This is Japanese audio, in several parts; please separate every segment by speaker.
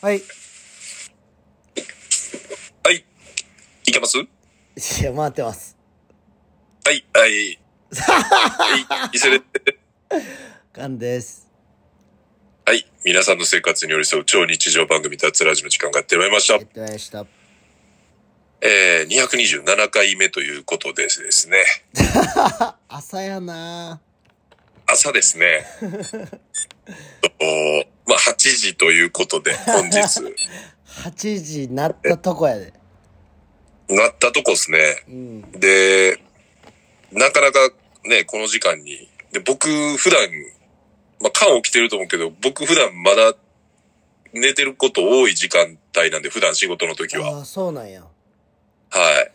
Speaker 1: はい。い
Speaker 2: はい。いけますは
Speaker 1: や、回ってます。
Speaker 2: い、はい。はい、伊勢で。
Speaker 1: カンです。
Speaker 2: はい。皆さんの生活に寄り添う超日常番組脱ラジの時間がやってまいりました
Speaker 1: やっ。てまいりました。
Speaker 2: えー、227回目ということでですね。
Speaker 1: 朝やな
Speaker 2: 朝ですね。 えっとまあ、8時ということで、本日、
Speaker 1: 8時なったとこやで。
Speaker 2: なったとこですね。
Speaker 1: うん。
Speaker 2: で、なかなかね、この時間に。で、僕、普段、まあ、缶起きてると思うけど、僕普段まだ寝てること多い時間帯なんで、普段仕事の時は。
Speaker 1: ああ、そうなんや。
Speaker 2: はい。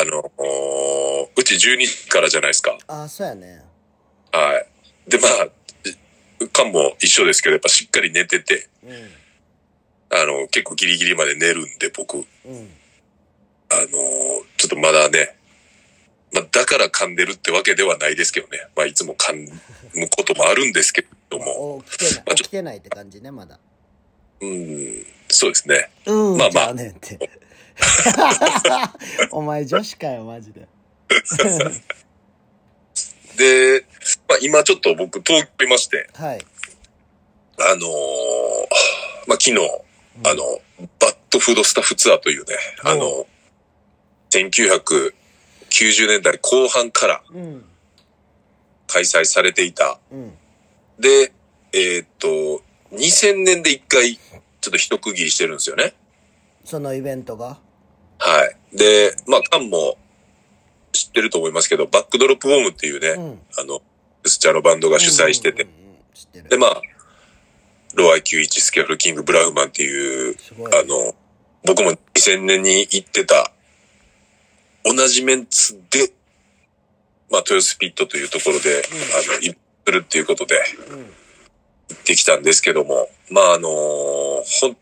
Speaker 2: あの、うち12時からじゃないですか。
Speaker 1: ああ、そうやね。
Speaker 2: はい。で、まあ、缶も一緒ですけど、やっぱしっかり寝てて、
Speaker 1: う
Speaker 2: あの、結構ギリギリまで寝るんで、僕。
Speaker 1: ん。うん。
Speaker 2: あのーちょっとまだね、まあ、だから噛んでるってわけではないですけどね。まあ、いつも噛むこともあるんですけども。
Speaker 1: お、来てない。起きてないって感じね、まだ。
Speaker 2: うん、そうですね。
Speaker 1: うん、
Speaker 2: まあまあ
Speaker 1: じゃねんって。 お前女子かよ、マ ジで。
Speaker 2: で、まあ、今ちょっと僕、東京いまして、
Speaker 1: はい。
Speaker 2: あのーまあ、昨日、
Speaker 1: うん
Speaker 2: あ、の、バッドフードスタッフツアーというね、あの、1990年代後半から
Speaker 1: うん。
Speaker 2: 開催されていた。
Speaker 1: うん。
Speaker 2: で、えーっと、2000年で一回、ちょっと一区切りしてるんですよね。
Speaker 1: そのイベントが
Speaker 2: はい。で、まあ、カンも知ってると思いますけど、バックドロップボムっていうね、
Speaker 1: ん。
Speaker 2: あの、スチャロバンドが主催してて、
Speaker 1: うんうんうん。知ってる。
Speaker 2: で、まあ、ロア91スキャフルキング・ブラウマンっていう、
Speaker 1: すごい。
Speaker 2: あの、僕も2000年に行ってた、同じメンツで、まあ、豊洲ピットというところで、あの、いするっていうことで
Speaker 1: うん。
Speaker 2: 行ってきたんですけども、まあ、あの本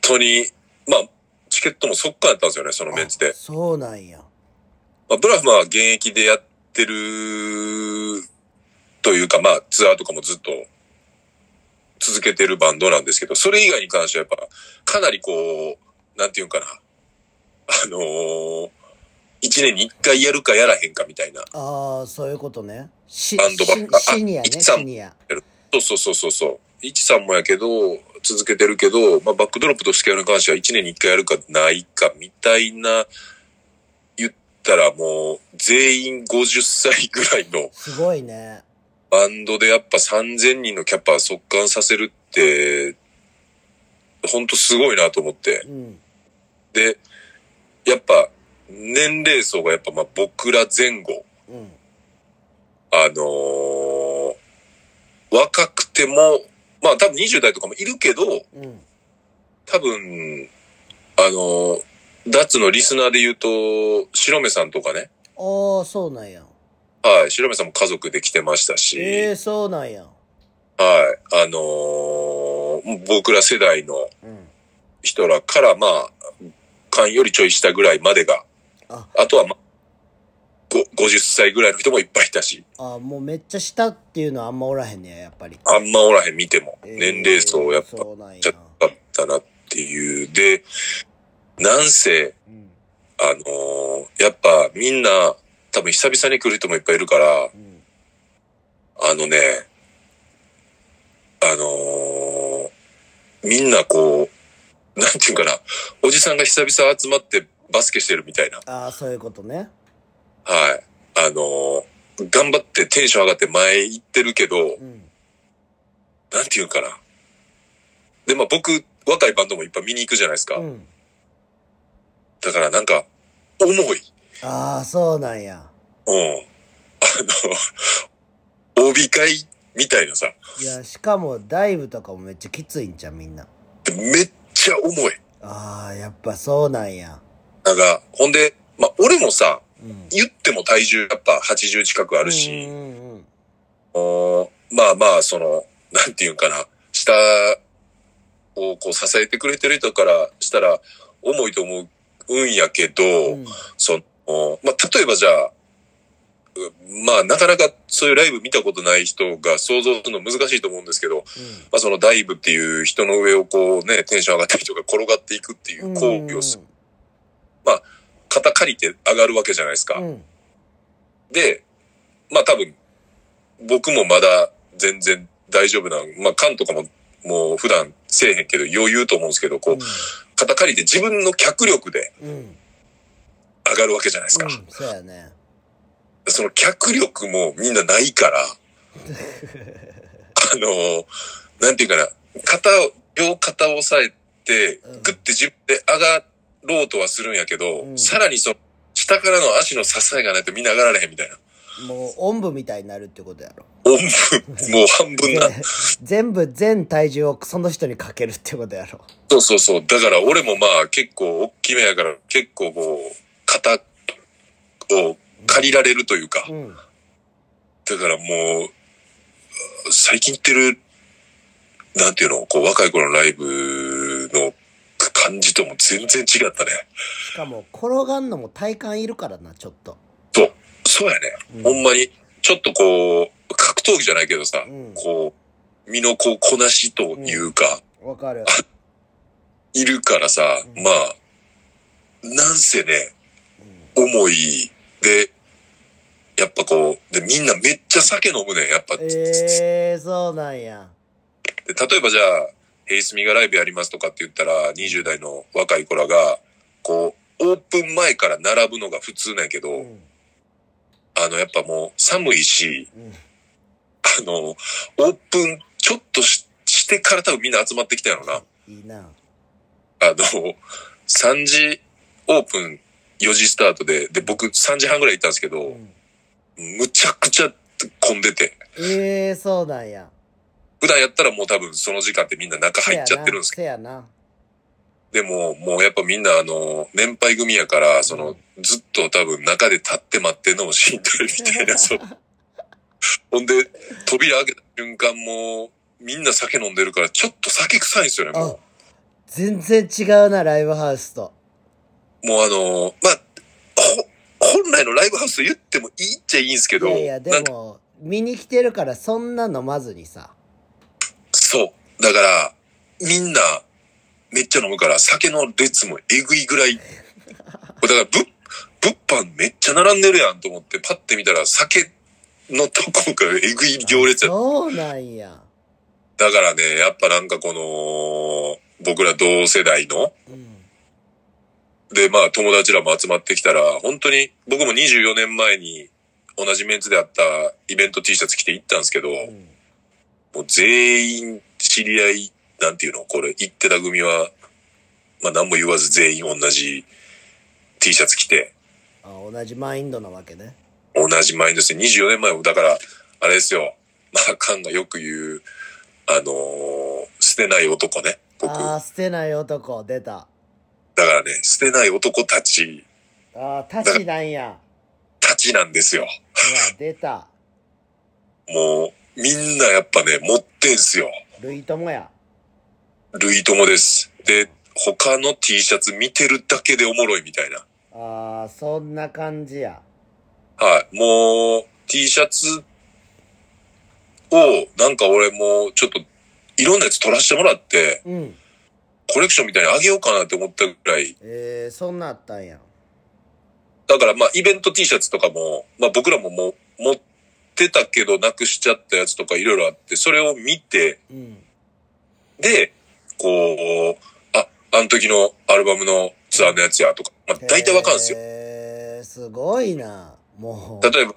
Speaker 2: 当に、まあ、チケットもそっからやったんですよね、そのメンツで
Speaker 1: あ。そうなんや。
Speaker 2: まあ、ブラフマは現役でやってるというか、まあ、ツアーとかもずっと続けてるバンドなんですけど、それ以外に関してはやっぱ、かなりこう、なんていうんかな。あのー一年に一回やるかやらへんかみたいな。
Speaker 1: ああ、そういうことね。し
Speaker 2: バンドばっか
Speaker 1: しシニアね、
Speaker 2: あいつさん
Speaker 1: シニア。
Speaker 2: そうそうそうそうそう。イチさんもやけど、続けてるけど、まあ、バックドロップとスケアに関しては一年に一回やるかないかみたいな、言ったらもう、全員50歳ぐらいの、
Speaker 1: すごいね。
Speaker 2: バンドでやっぱ3000人のキャパ速乾させるって、ほんとすごいなと思って。
Speaker 1: うん。
Speaker 2: で、やっぱ年齢層がやっぱまあ僕ら前後、
Speaker 1: うん。
Speaker 2: あのー若くても、まあ多分20代とかもいるけど、
Speaker 1: うん。
Speaker 2: 多分、あのー、ダッツのリスナーで言うと、白目さんとかね、
Speaker 1: ああ、そうなんや。
Speaker 2: はい、白目さんも家族で来てましたし、
Speaker 1: ええそうなんや。
Speaker 2: はい、あのー僕ら世代の、
Speaker 1: うん。
Speaker 2: 人らから、まあ、間よりちょい下ぐらいまでが、
Speaker 1: あ
Speaker 2: あとは、まあ、ご50歳ぐらいの人もいっぱいいたし、
Speaker 1: ああ、もうめっちゃ下っていうのはあんまおらへんねや、やっぱり。
Speaker 2: あんまおらへん見ても、
Speaker 1: えー
Speaker 2: 年齢層やっぱ
Speaker 1: そうなんや
Speaker 2: ち。ゃだったなっていう。で、なんせ、
Speaker 1: うん。
Speaker 2: あのーやっぱみんな、多分久々に来る人もいっぱいいるから
Speaker 1: う、ん。
Speaker 2: あのね、あのーみんなこう、なんていうかな、おじさんが久々集まってバスケしてるみたいな。
Speaker 1: ああ、そういうことね。
Speaker 2: はい。あのー頑張ってテンション上がって前行ってるけど、
Speaker 1: うん。
Speaker 2: なんていうんかな。で、まあ僕、若いバンドもいっぱい見に行くじゃないですか。
Speaker 1: うん。
Speaker 2: だからなんか、重い。
Speaker 1: ああ、そうなんや。
Speaker 2: うん。あの、 帯会みたいなさ、
Speaker 1: いや、しかもダイブとかもめっちゃきついんじゃうみんな。
Speaker 2: めっちゃ重い。
Speaker 1: ああ、やっぱそうなんや。
Speaker 2: なんか、ほんで、まあ俺もさ、
Speaker 1: うん。
Speaker 2: 言っても体重やっぱ80近くあ
Speaker 1: あ
Speaker 2: るし、
Speaker 1: うんうんうん。
Speaker 2: おまあまあ、その、なんていうんかな、下をこう支えてくれてる人からしたら重いと思うんやけど、
Speaker 1: うん
Speaker 2: その、まあ例えばじゃあ、まあ、なかなかそういうライブ見たことない人が想像するの難しいと思うんですけど、まあ、そのダイブっていう人の上をこうね、テンション上がった人が転がっていくってい
Speaker 1: うん
Speaker 2: う行為をす、肩借りて上がるわけじゃないですか。
Speaker 1: うん
Speaker 2: で、まあ多分、僕もまだ全然大丈夫な、まあ缶とかももう普段せえへんけど余裕と思うんですけど、こう、肩借りて自分の脚力で
Speaker 1: うんうん
Speaker 2: 上がるわけじゃないですか。
Speaker 1: うんそうやね
Speaker 2: その脚力もみんなな いから、あの、なんていうかな、肩を、両肩を押さえて
Speaker 1: うん、
Speaker 2: グッて自分で上がろうとはするんやけど、
Speaker 1: うん
Speaker 2: さらにその、下からの足の支えがないとみんな上がられへんみたいな。
Speaker 1: もうおんぶみたいになるってことやろ
Speaker 2: おんぶ、もう半分な。
Speaker 1: 全部全体重をその人にかけるってことやろ
Speaker 2: そうそうそう。だから俺もまあ結構大きめやから、結構こう、肩を借りられるというか、
Speaker 1: うん
Speaker 2: だからもう、最近行ってる、なんていうの、こう若い頃のライブの感じとも全然違ったね。
Speaker 1: しかも転がんのも体幹いるからなちょっと
Speaker 2: そう、そうやね。
Speaker 1: うん
Speaker 2: ほんまに、ちょっとこう、格闘技じゃないけどさ、
Speaker 1: うん
Speaker 2: こう、身のこう、こなしというか、
Speaker 1: わかる
Speaker 2: いるからさ、
Speaker 1: うん
Speaker 2: まあ、なんせね、重い。で、やっぱこう、で、みんなめっちゃ酒飲むねん、やっぱ。
Speaker 1: えー、そうなんや
Speaker 2: で例えばじゃあ、ヘイスミがライブやりますとかって言ったら、20代の若い子らが、こう、オープン前から並ぶのが普通なんやけど、
Speaker 1: うん
Speaker 2: あの、やっぱもう寒いし、
Speaker 1: うん
Speaker 2: あの、オープンちょっとししてから多分みんな集まってきたんやろな。
Speaker 1: いいな
Speaker 2: あの、3時オープン4時スタートで、で、僕3時半ぐらい行ったんですけど、
Speaker 1: うん
Speaker 2: むちゃくちゃ混んでて、
Speaker 1: えー、そうなんや
Speaker 2: 普段やったらもう多分その時間ってみんな中入っちゃってるんですけ
Speaker 1: せやな
Speaker 2: ど、でももうやっぱみんなあの、年配組やから、その、ずっと多分中で立って待ってんのもしんどいみたい な、そう。ほんで、扉開けた瞬間もう、みんな酒飲んでるから、ちょっと酒臭いんですよね、もう。
Speaker 1: せやな全然違うなライブハウスと
Speaker 2: もうあの、まあ、ほ、本来のライブハウスと言ってもいいっちゃいいんですけ
Speaker 1: い
Speaker 2: ど、
Speaker 1: やいや
Speaker 2: な
Speaker 1: で
Speaker 2: んか
Speaker 1: も見に来てるからそんな飲まずにさ
Speaker 2: そう。だから、みんな、めっちゃ飲むから、酒の列もえぐいぐらい。だから、ぶ、物販めっちゃ並んでるやんと思って、パッて見たら、酒のとこからえぐい行列や
Speaker 1: そうなんや
Speaker 2: だからね、やっぱなんかこの、僕ら同世代の、
Speaker 1: うん
Speaker 2: で、まあ友達らも集まってきたら、本当に僕も24年前に同じメンツであったイベント T シャツ着て行ったんですけど、
Speaker 1: うん
Speaker 2: もう全員知り合い、なんていうのこれ行ってた組は、まあ何も言わず全員同じ T シャツ着て、
Speaker 1: あ同じマインドなわけね
Speaker 2: 同じマインドして24年前もだから、あれですよ。まあカンがよく言う、あのー捨てない男ね。僕。
Speaker 1: あ
Speaker 2: だ
Speaker 1: あ捨てない男出た
Speaker 2: からね、捨てない男たち、
Speaker 1: ああたちなん や
Speaker 2: たちなんですよ。
Speaker 1: うわ出た
Speaker 2: もう、みんなやっぱね、持ってんすよ。
Speaker 1: 類友や
Speaker 2: 類友です。で、他の T シャツ見てるだけでおもろいみたいな。
Speaker 1: ああそんな感じや
Speaker 2: はい。もう、T シャツを、なんか俺もうちょっと、いろんなやつ取らせてもらって、
Speaker 1: うん
Speaker 2: コレクションみたいにあげようかなって思ったぐらい。
Speaker 1: えー、そんなあったんや
Speaker 2: だからまあ、イベント T シャツとかも、まあ僕らももう、持ってたけどなくしちゃったやつとかいろいろあって、それを見て、
Speaker 1: うん
Speaker 2: で、こう、あ、あの時のアルバムのツアーのやつやとか、まあ大体わかるんですよ。
Speaker 1: えー、すごいなもう
Speaker 2: 例えば、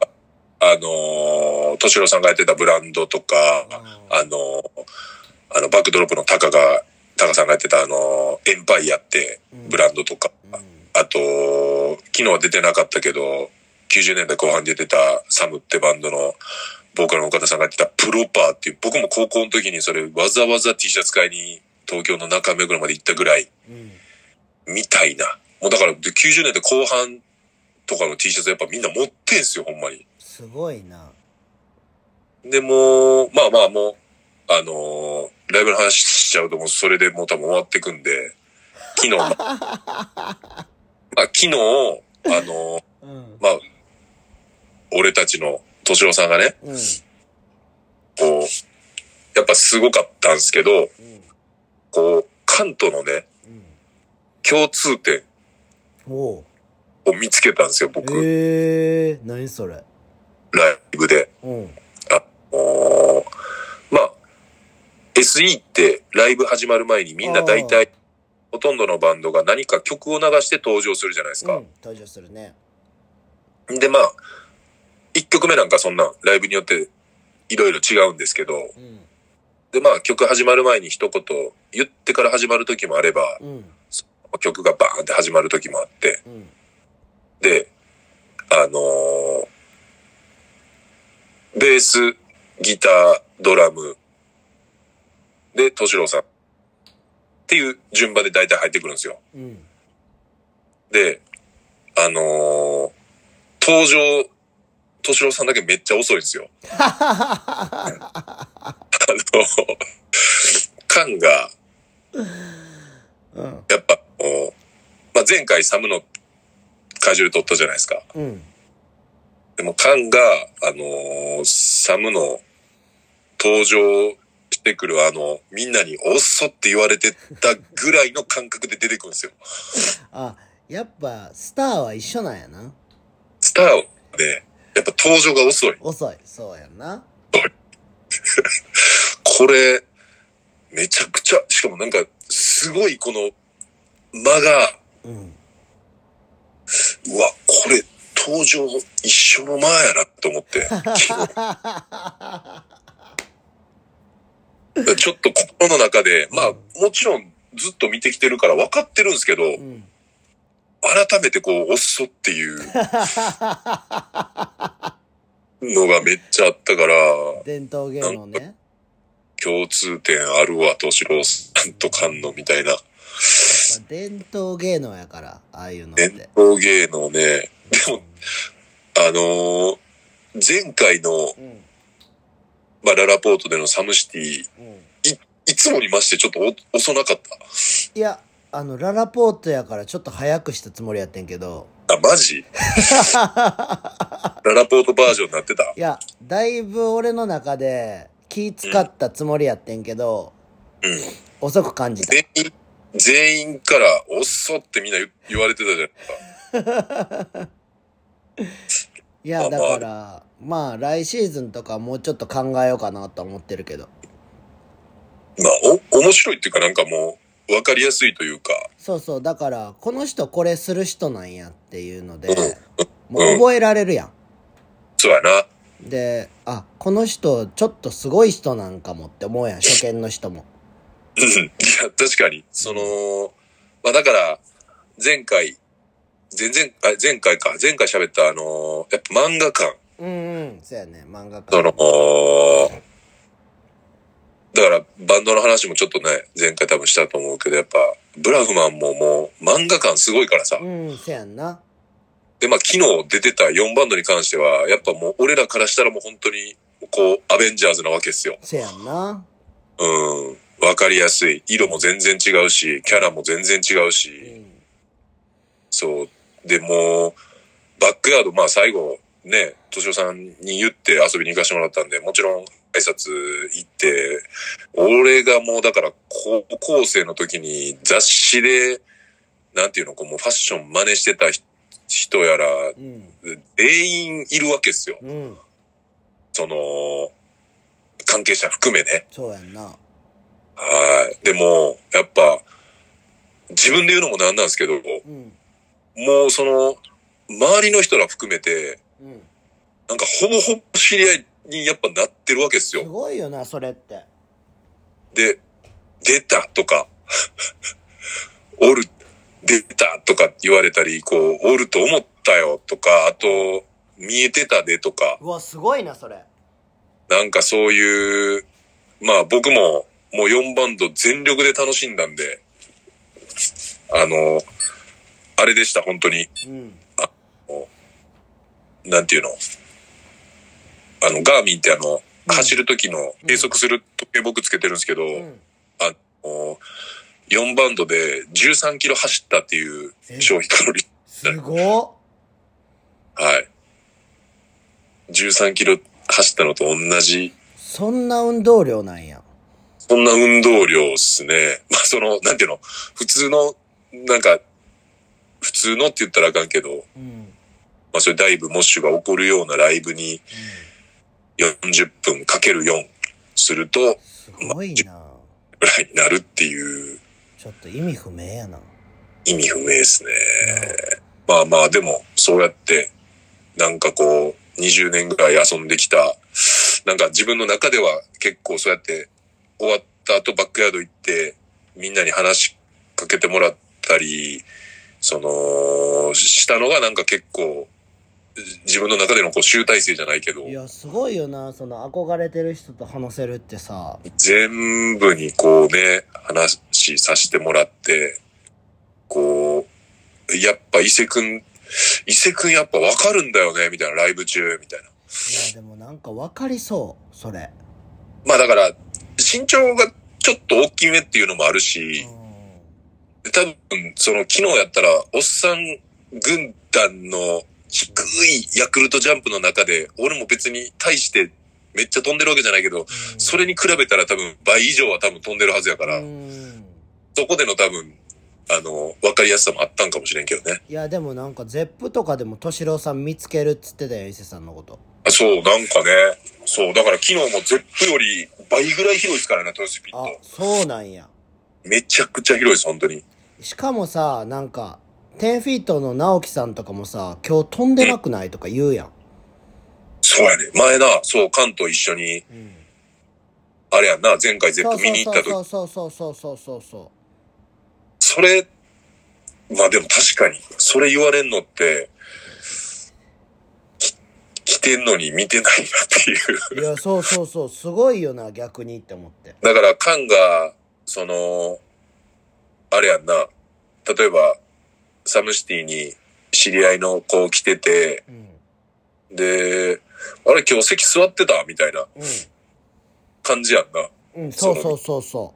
Speaker 2: あのー、敏郎さんがやってたブランドとか、
Speaker 1: うん
Speaker 2: あのー、あの、バックドロップのタカが、タカさんがやってたあのー、エンパイアって
Speaker 1: うん
Speaker 2: ブランドとか、
Speaker 1: うん
Speaker 2: あと、昨日は出てなかったけど、90年代後半に出てたサムってバンドの、ボーカルの岡田さんがやってたプロパーっていう、僕も高校の時にそれわざわざ T シャツ買いに東京の中目黒まで行ったぐらい、
Speaker 1: うん
Speaker 2: みたいな。もうだからで90年代後半とかの T シャツやっぱみんな持ってんすよ、ほんまに。
Speaker 1: すごいな
Speaker 2: で、もうまあまあもう、あのーライブの話しちゃうともうそれでもう多分終わってくんで、昨 日、まあ、昨日、あのー
Speaker 1: うん
Speaker 2: まあ、俺たちの敏郎さんがね、
Speaker 1: うん。
Speaker 2: こう、やっぱすごかったんですけど、こう、関東のね、
Speaker 1: うん。
Speaker 2: 共通点
Speaker 1: うん。おう。
Speaker 2: を見つけたんですよ、僕、
Speaker 1: ええー、何それ。
Speaker 2: ライブで。
Speaker 1: うん。
Speaker 2: おーまあ、SE ってライブ始まる前にみんな大
Speaker 1: あ
Speaker 2: 体、ほとんどのバンドが何か曲を流して登場するじゃないです
Speaker 1: う
Speaker 2: か。
Speaker 1: ん。登場するね。
Speaker 2: で、まあ、1曲目なんかそんなライブによっていろいろ違うんですけど、
Speaker 1: うん。
Speaker 2: で、まあ曲始まる前に一言言ってから始まる時もあれば、
Speaker 1: うん。
Speaker 2: 曲がバーンって始まる時もあって、
Speaker 1: うん。
Speaker 2: で、あのーベース、ギター、ドラム、で、敏郎さん。っていう順番で大体入ってくるんですよ。
Speaker 1: うん。
Speaker 2: で、あのー登場、敏郎さんだけめっちゃ遅いんですよ。 あの、缶が、
Speaker 1: うん。
Speaker 2: やっぱ、こうまあ、前回サムのカジュール取ったじゃないですか。
Speaker 1: うん。
Speaker 2: でも、カンが、あのーサムの登場してくる、あの、みんなにおっそって言われてたぐらいの感覚で出てくるんですよ。
Speaker 1: あ、やっぱ、スターは一緒なんやな。
Speaker 2: スターで、やっぱ登場が遅い。
Speaker 1: 遅い。そうやんな。
Speaker 2: これ、めちゃくちゃ、しかもなんか、すごいこの、間が、
Speaker 1: うん。
Speaker 2: うわ、これ、登場一緒の間やなと思って、 ちょっと心の中で、まあ、もちろんずっと見てきてるから分かってるんですけど、
Speaker 1: うん。
Speaker 2: 改めてこう、おっそっていうのがめっちゃあったから、
Speaker 1: 伝統芸能ね。
Speaker 2: 共通点あるわ、敏郎さんと菅野みたいな。
Speaker 1: まあ伝統芸能やから、ああいうのっ
Speaker 2: 伝
Speaker 1: て。
Speaker 2: 統芸能ね。でも、あのー前回の、
Speaker 1: うん。
Speaker 2: まあ、ララポートでのサムシティ、
Speaker 1: うん。
Speaker 2: いつもにましてちょっとお遅なかっ
Speaker 1: いや、あの、ララポートやからちょっと早くしたつもりやってんけど、
Speaker 2: た。あ、マ ジララポートバージョンになってた
Speaker 1: いや、だいぶ俺の中で気使ったつもりやってんけど、
Speaker 2: うん。
Speaker 1: 遅く感じた。
Speaker 2: 全員、全員から、おっそってみんな言言われてたじゃないですか。
Speaker 1: いや、だから、まあ来シーズンとかもうちょっと考えようかなと思ってるけど。
Speaker 2: まあ、お、面白いっていうかなんかもう、わかりやすいというか、
Speaker 1: そうそう、だから、この人これする人なんやっていうので、
Speaker 2: ん
Speaker 1: もう覚えられるや
Speaker 2: そうやな。
Speaker 1: ん。で、あ、この人ちょっとすごい人なんかもって思うやん、初見の人も。
Speaker 2: うんいや、確かに。その、まあだから、前回、前々、あ前回か、前回喋ったあのーやっぱ漫画館、
Speaker 1: うんうん、そうやね、漫画
Speaker 2: そ
Speaker 1: 家。
Speaker 2: の、だからバンドの話もちょっとね、前回多分したと思うけど、やっぱ、ブラフマンももう漫画館すごいからさ。
Speaker 1: うん、そうやんな。
Speaker 2: で、まあ昨日出てた4バンドに関しては、やっぱもう俺らからしたらもう本当に、こう、アベンジャーズなわけですよ。
Speaker 1: そうやんな。
Speaker 2: うん。わかりやすい。色も全然違うし、キャラも全然違う
Speaker 1: う
Speaker 2: し、
Speaker 1: ん。
Speaker 2: そう。でもう、バックヤード、まあ最後、ね、敏夫さんに言って遊びに行かせてもらったんで、もちろん挨拶行って、俺がもうだから高校生の時に雑誌で、なんていうの、こうもうファッション真似してた人人やら、
Speaker 1: うん。
Speaker 2: 全員いるわけですよ。
Speaker 1: うん。
Speaker 2: その、関係者含めね。
Speaker 1: そうやんな。
Speaker 2: はい。でも、やっぱ、自分で言うのもなんなんですけど、
Speaker 1: うん。
Speaker 2: もうその、周りの人ら含めて、
Speaker 1: うん。
Speaker 2: なんかほぼほぼ知り合いにやっぱなってるわけです
Speaker 1: す
Speaker 2: よ。
Speaker 1: ごいよな、それって。
Speaker 2: で、出たとか、 おる、出たとか言われたり、こう、おると思ったよとか、あと、見えてたでとか、
Speaker 1: うわ、すごいな、それ。
Speaker 2: なんかそういう、まあ僕ももう4バンド全力で楽しんだんで、あの、あれでした、本当に。
Speaker 1: うん。
Speaker 2: なんていうのあの、ガーミンってあの、走る時の計測する時計僕つけてるんですけど、
Speaker 1: うん。
Speaker 2: あの、4バンドで13キロ走ったっていう消費カロリー。
Speaker 1: すごっ
Speaker 2: はい。 13キロ走ったのと同じ、
Speaker 1: そんな運動量なんや。
Speaker 2: そんな運動量っすね。まあ、その、なんていうの、普通の、なんか、普通のって言ったらあかんけど、
Speaker 1: うん。うん
Speaker 2: まあ、そういうダイブ、モッシュが起こるようなライブに40分かける4すると、ぐ
Speaker 1: すごいな。
Speaker 2: らいになるっていう
Speaker 1: ちょっと意味不明やな。
Speaker 2: 意味不明ですね。まあまあ、でも、そうやって、なんかこう、20年ぐらい遊んできた、なんか自分の中では結構そうやって、終わった後バックヤード行って、みんなに話しかけてもらったり、その、したのがなんか結構、自分の中でのこう集大成じゃないけど
Speaker 1: い、や、すごいよな。その憧れてる人と話せるってさ。
Speaker 2: 全部にこうね、話しさせてもらって、こう、やっぱ伊勢くん、伊勢くんやっぱわかるんだよね、みたいな、ライブ中、みたいな。
Speaker 1: いや、でもなんかわかりそう。それ。
Speaker 2: まあだから、身長がちょっと大きめっていうのもあるし、
Speaker 1: う
Speaker 2: 多分、その昨日やったら、おっさん軍団の低いヤクルトジャンプの中で、俺も別に対してめっちゃ飛んでるわけじゃないけど、
Speaker 1: ん。
Speaker 2: それに比べたら多分倍以上は多分飛んでるはずやから、
Speaker 1: うん。
Speaker 2: そこでの多分、あの、わかりやすさもあったんかもしれんけどね。
Speaker 1: いや、でもなんか、ゼップとかでも、敏郎さん見つけるっつってたよ、伊勢さんのこと。
Speaker 2: あそう、なんかね。そう、だから昨日もゼップより倍ぐらい広いですからね、豊洲ピッ
Speaker 1: あ
Speaker 2: ト。、
Speaker 1: そうなんや。
Speaker 2: めちゃくちゃ広いです、本当に。
Speaker 1: しかもさ、なんか、10フィートの直樹さんとかもさ、今日飛んでなくないとか言うやん。
Speaker 2: そうやね。前な、そう、関東一緒に、
Speaker 1: うん。
Speaker 2: あれやんな、前回ゼッ
Speaker 1: そう
Speaker 2: プ見に行った時、
Speaker 1: そうそうそうそうそうそうそ
Speaker 2: それ、まあでも確かに、それ言われんのって、き来てんのに見てないなってい
Speaker 1: う。
Speaker 2: う。
Speaker 1: いや、そうそうそう。すごいよな、逆にって思って。
Speaker 2: だから、カンが、その、あれやんな、例えば、サムシティに知り合いの子来てて、
Speaker 1: うん。
Speaker 2: で、あれ今日席座ってたみたいな感じやんな。
Speaker 1: うん。うん、そうそうそうそ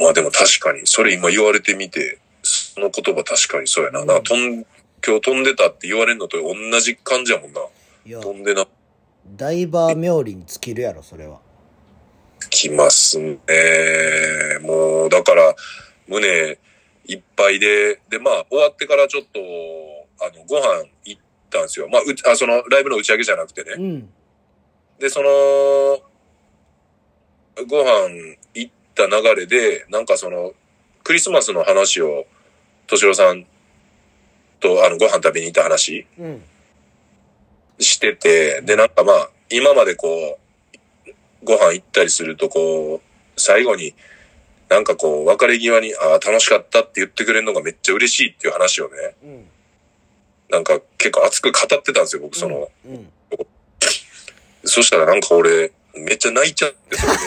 Speaker 2: まあでも確かに、それ今言われてみて、その言葉確かにそうやな。
Speaker 1: うん
Speaker 2: な飛ん今日飛んでたって言われるのと同じ感じやもんな。
Speaker 1: う。いや、
Speaker 2: 飛んでな、
Speaker 1: ダイバー冥利に尽きるやろ、それは。
Speaker 2: きますね。もう、だから、胸いっぱいで、で、まあ、終わってからちょっと、あの、ご飯行ったんですよ。まあ、うちあ、その、ライブの打ち上げじゃなくて
Speaker 1: う
Speaker 2: ね。
Speaker 1: ん。
Speaker 2: で、その、ご飯行った流れで、なんかその、クリスマスの話を、敏郎さんと、あの、ご飯食べに行った話。
Speaker 1: うん。
Speaker 2: してて、で、なんかまあ、今までこう、ご飯行ったりするとこう、最後に、なんかこう、別れ際に、ああ、楽しかったって言ってくれるのがめっちゃ嬉しいっていう話をね、
Speaker 1: うん。
Speaker 2: なんか結構熱く語ってたんですよ、僕その。
Speaker 1: うん。
Speaker 2: そしたらなんか俺、めっちゃ泣いちゃっ て、それで。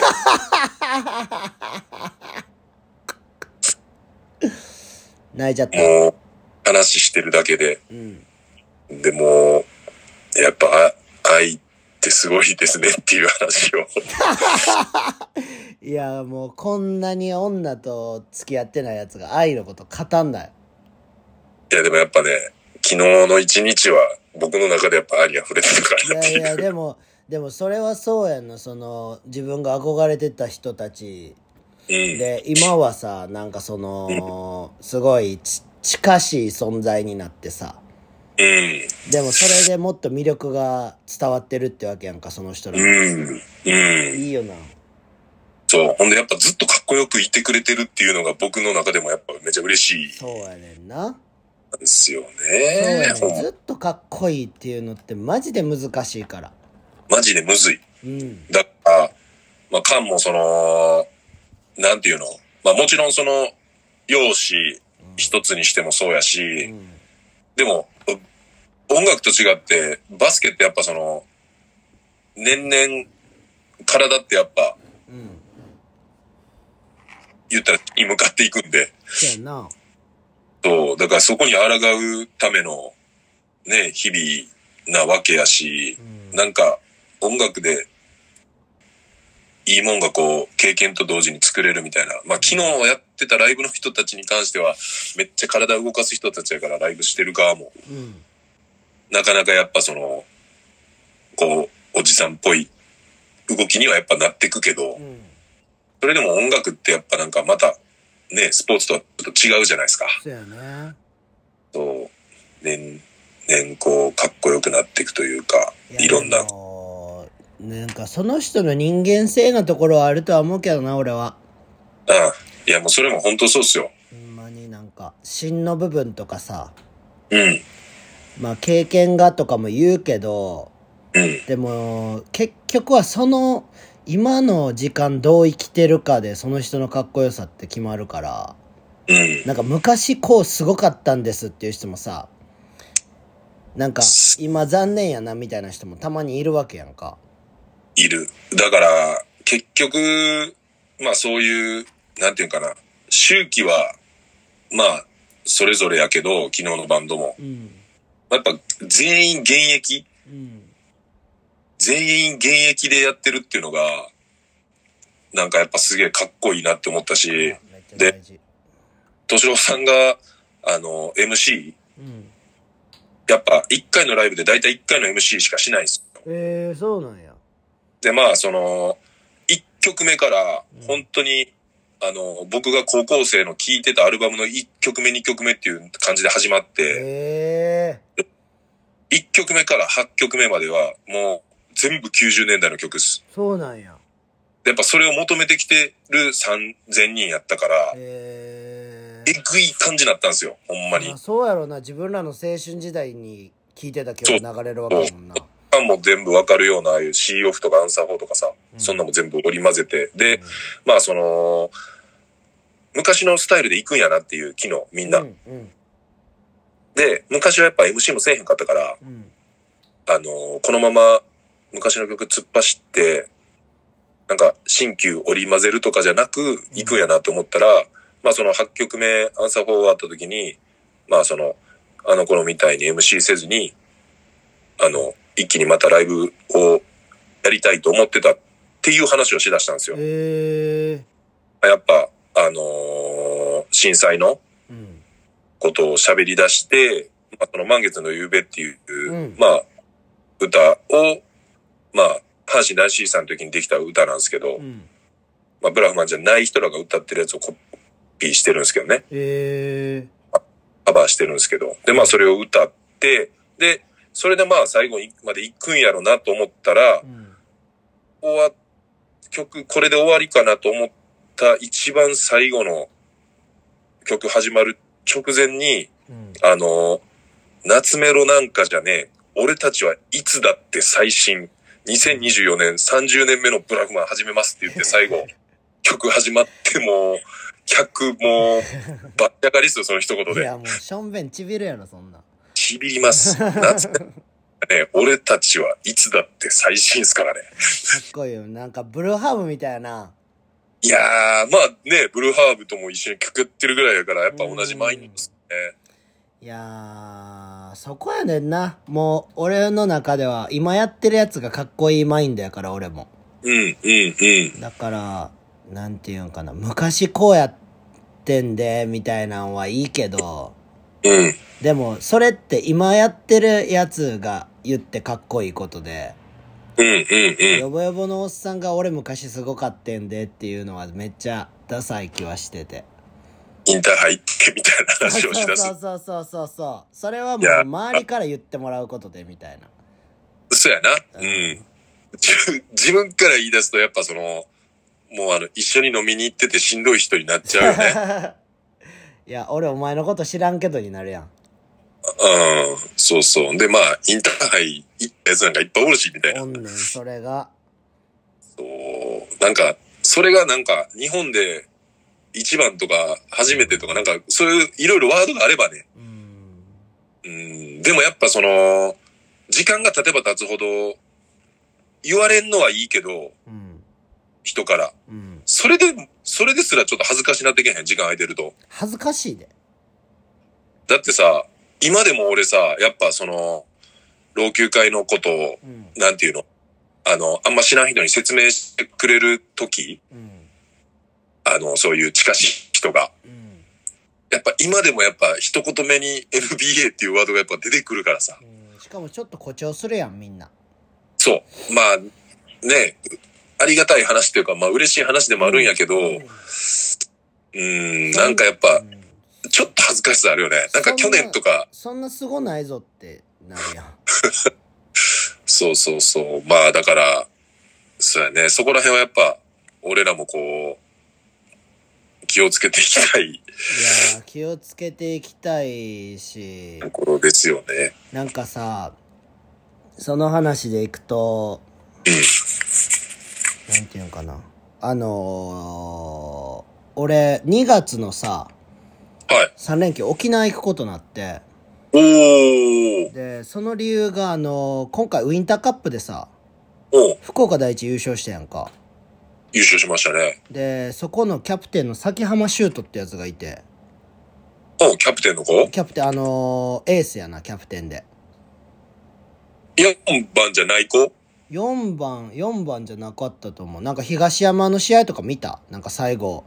Speaker 1: 泣いちゃった。
Speaker 2: もう、話してるだけで。
Speaker 1: うん。
Speaker 2: でもう、やっぱ、あ愛ってすごいですねってい う話を。
Speaker 1: いや、もうこんなに女と付き合ってない奴が愛のこと語んない。
Speaker 2: いや、でもやっぱね、昨日の一日は、僕の中でやっぱ愛に溢れてたか
Speaker 1: い
Speaker 2: ら
Speaker 1: や
Speaker 2: ってい。
Speaker 1: いうや、でも、でもそれはそうやんな。その、自分が憧れてた人たち
Speaker 2: うん。
Speaker 1: で、今はさ、なんかその、すごいち近しい存在になってさ。
Speaker 2: うん。
Speaker 1: でもそれでもっと魅力が伝わってるってわけやんか、その人ら。
Speaker 2: うん。うん。
Speaker 1: いいよな。
Speaker 2: そう。ほんで、やっぱずっとかっこよくいてくれてるっていうのが僕の中でもやっぱめちゃ嬉しい
Speaker 1: そうやねんな。
Speaker 2: なんですよ
Speaker 1: そう
Speaker 2: ね
Speaker 1: や。
Speaker 2: ほ
Speaker 1: ねん。
Speaker 2: ん
Speaker 1: ずっとかっこいいっていうのってマジで難しいから。
Speaker 2: マジでむずい。
Speaker 1: うん。
Speaker 2: だから、まあ、カンもその、なんていうの。まあ、もちろんその、容姿一つにしてもそうや
Speaker 1: う
Speaker 2: し、
Speaker 1: ん。
Speaker 2: でも、う音楽と違って、バスケってやっぱその、年々、体ってやっぱ、
Speaker 1: うん。
Speaker 2: 言ったら、に向かっていくんで、
Speaker 1: そうやな。
Speaker 2: そう、だからそこに抗うための、ね、日々なわけやし
Speaker 1: う、ん。
Speaker 2: なんか音楽で、いいもんがこう、経験と同時に作れるみたいな。まあ、昨日やってたライブの人たちに関しては、めっちゃ体動かす人たちやから、ライブしてる側も、
Speaker 1: うん。
Speaker 2: なかなかやっぱその、こう、おじさんっぽい動きにはやっぱなってくけど
Speaker 1: う、ん。
Speaker 2: それでも音楽ってやっぱなんかまた、ね、スポーツとはちょっと違うじゃないですか。
Speaker 1: そうやね。
Speaker 2: そう、年、年こう、かっこよくなっていくというか、いろんな
Speaker 1: や。。でもなんかその人の人間性のところはあるとは思うけどな、俺は。
Speaker 2: ああいや、もうそれも本当そうっすよ。
Speaker 1: ほんまになんか、芯の部分とかさ、
Speaker 2: うん、
Speaker 1: まあ経験がとかも言うけど、
Speaker 2: うん、
Speaker 1: でも結局はその今の時間どう生きてるかでその人のかっこよさって決まるから
Speaker 2: うん。
Speaker 1: なんか昔こうすごかったんですっていう人もさなんか今残念やなみたいな人もたまにいるわけやんか
Speaker 2: いる。だから、結局、まあそういう、なんていうかな、周期は、まあ、それぞれやけど、昨日のバンドも。
Speaker 1: うん
Speaker 2: やっぱ全員現役、
Speaker 1: うん
Speaker 2: 全員現役でやってるっていうのが、なんかやっぱすげえかっこいいなって思った
Speaker 1: め
Speaker 2: し
Speaker 1: っ、ちゃ大事
Speaker 2: 敏郎さんが、あの、MC、
Speaker 1: うん
Speaker 2: やっぱ一回のライブで大体一回の MC しかしないんですよ。
Speaker 1: えー、そうなんや
Speaker 2: で、まあ、その、1曲目から、本当に、あの、僕が高校生の聴いてたアルバムの1曲目、2曲目っていう感じで始まって、
Speaker 1: え
Speaker 2: 1曲目から8曲目までは、もう、全部90年代の曲です。
Speaker 1: ー、そうなんや
Speaker 2: でやっぱそれを求めてきてる3000人やったから、
Speaker 1: え
Speaker 2: え
Speaker 1: ー、
Speaker 2: ぐい感じになったんですよ、ほんまに
Speaker 1: まあ。そうやろな自分らの青春時代に聴いてた曲流れるわけやもんな
Speaker 2: ファンも全部わかるような、ああいうシーオフとかアンサー4とかさ、
Speaker 1: うん
Speaker 2: そんなも全部織り混ぜて、で、
Speaker 1: うん
Speaker 2: まあ、その、昔のスタイルで行くんやなっていう機能、みんな。
Speaker 1: うんうん
Speaker 2: で、昔はやっぱ MC もせえへんかったから、
Speaker 1: うん
Speaker 2: あのーこのまま昔の曲突っ走って、なんか新旧織り混ぜるとかじゃなく、行くんやなと思ったら、まあその8曲目、アンサー4終わった時に、まあその、あの頃みたいに MC せずに、あの、一気にまたライブをやりたいと思ってたっていう話をしだしたんですよ。
Speaker 1: え
Speaker 2: やっぱ、あのー震災の
Speaker 1: ー、うん
Speaker 2: ことを喋り出して、まあ、その満月の夕べっていう、
Speaker 1: うん
Speaker 2: まあ、歌を、まあ、阪神大震災の時にできた歌なんですけど、
Speaker 1: うん
Speaker 2: まあ、ブラフマンじゃない人らが歌ってるやつをコピーしてるんですけどね、
Speaker 1: え
Speaker 2: カバーしてるんですけど、で、まあ、それを歌って、で、それでまあ、最後にまで行くんやろなと思ったら
Speaker 1: ー、う、ん
Speaker 2: 終わ、曲、これで終わりかなと思った一番最後の曲始まる直前に、
Speaker 1: うん
Speaker 2: あの、夏メロなんかじゃねえ。俺たちはいつだって最新。2024年30年目のブラフマン始めますって言って最後、曲始まってもう、客もう、バッチャカリストその一言
Speaker 1: い
Speaker 2: で。
Speaker 1: やもうしょんべんちびるやろそんな
Speaker 2: ちびります。夏メロなんかねえ、俺たちはいつだって最新っすからね。
Speaker 1: かっこいいよなんかブルーハーブみたいない
Speaker 2: やー、まあね、ブルーハーブとも一緒に曲やってるぐらいやから、やっぱ同じマインドですね。
Speaker 1: いやーそこやねんなもう俺の中では今やってるやつがかっこいいマインドやから俺も
Speaker 2: うん、うん、うん。
Speaker 1: だからなんていうんかな昔こうやってんでみたいなんはいいけど
Speaker 2: うん、
Speaker 1: でもそれって今やってるやつが言ってかっこいいことで
Speaker 2: うん、うん、うん。
Speaker 1: ヨボヨボのおっさんが俺昔すごかってんでっていうのはめっちゃダサい気はしてて。
Speaker 2: インターハイ行ってみたいな話
Speaker 1: そう
Speaker 2: をしだす
Speaker 1: そ。うそうそうそうそう。それはも
Speaker 2: いうや
Speaker 1: 周りから言ってもらうことでみたいな。
Speaker 2: そうやな。うん。 自自分から言い出すと、やっぱその、もうあの、一緒に飲みに行っててしんどい人になっちゃうよ ね。
Speaker 1: いや、俺お前のこと知らんけどになるやん。
Speaker 2: うん。そうそう。で、まあ、インターハイ行ったやつなんかいっぱいおるし、みたいな
Speaker 1: お。んねん、それが。
Speaker 2: そう。なんか、それがなんか、日本で一番とか、初めてとか、なんか、そういういろいろワードがあればね。
Speaker 1: うん。
Speaker 2: うん。でもやっぱその、時間が経てば経つほど、言われんのはいいけど、
Speaker 1: うん。
Speaker 2: 人から。
Speaker 1: うん。
Speaker 2: それで、それですらちょっと恥ずかしなってけへん、時間空いてると。
Speaker 1: 恥ずかしいで。
Speaker 2: だってさ、今でも俺さ、やっぱその、老朽会のことを、
Speaker 1: うん。
Speaker 2: なんていうのあの、あんま知らん人に説明してくれるとき、
Speaker 1: うん。
Speaker 2: あの、そういう近しい人が、
Speaker 1: うん。
Speaker 2: やっぱ今でもやっぱ一言目に NBA っていうワードがやっぱ出てくるからさ、
Speaker 1: うん、しかもちょっと誇張するやん、みんな。
Speaker 2: そう。まあ、ね、ありがたい話というか、まあ嬉しい話でもあるんやけど、うん、なんかやっぱ
Speaker 1: う、ん
Speaker 2: ちょっと恥ずかしさあるよね。なんか去年とか、
Speaker 1: そんなすごないぞってなるやん
Speaker 2: そうそうそう。まあだから、そうやね。そこら辺はやっぱ、俺らもこう、気をつけていきたい
Speaker 1: いやー気をつけていきたいし
Speaker 2: ところですよね。
Speaker 1: なんかさその話でいくとなんていうのかなあのー、俺2月のさ
Speaker 2: はい。
Speaker 1: 3連休沖縄行くことになって
Speaker 2: おー
Speaker 1: でその理由があのー今回ウィンターカップでさ
Speaker 2: おう
Speaker 1: 福岡第一優勝したやんか
Speaker 2: 優勝しましたね。
Speaker 1: でそこのキャプテンの崎浜修斗ってやつがいて
Speaker 2: おうキャプテンの子
Speaker 1: キャプテンあのーエースやなキャプテンで
Speaker 2: ?4 番じゃない子
Speaker 1: 4番4番じゃなかったと思うなんか東山の試合とか見たなんか最後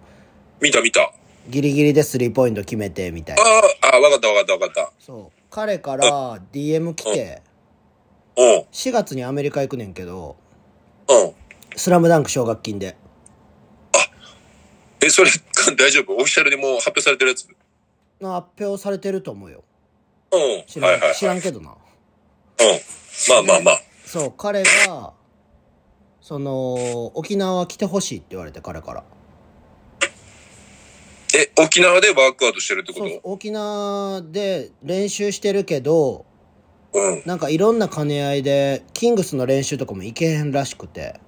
Speaker 2: 見た見た。
Speaker 1: ギリギリでスリーポイント決めてみたい
Speaker 2: あ
Speaker 1: な
Speaker 2: あ、ああ、わかったわかったわかった。
Speaker 1: そう彼から DM 来て
Speaker 2: おう
Speaker 1: 4月にアメリカ行くねんけど
Speaker 2: うん。
Speaker 1: 「スラムダンク奨学金で
Speaker 2: え、それ、 大丈夫オフィシャルでもう発表されてるやつ
Speaker 1: の発表されてると思うよ
Speaker 2: うん。
Speaker 1: 知ら
Speaker 2: はい
Speaker 1: ん,、
Speaker 2: はいはい。
Speaker 1: 知らんけどな
Speaker 2: うん。まあまあまあ。
Speaker 1: そう彼がその沖縄来てほしいって言われて彼から
Speaker 2: え、沖縄でワークアウトしてるってこ
Speaker 1: そうそう
Speaker 2: と
Speaker 1: 沖縄で練習してるけど
Speaker 2: うん。
Speaker 1: なんかいろんな兼ね合いでキングスの練習とかも行けへんらしくて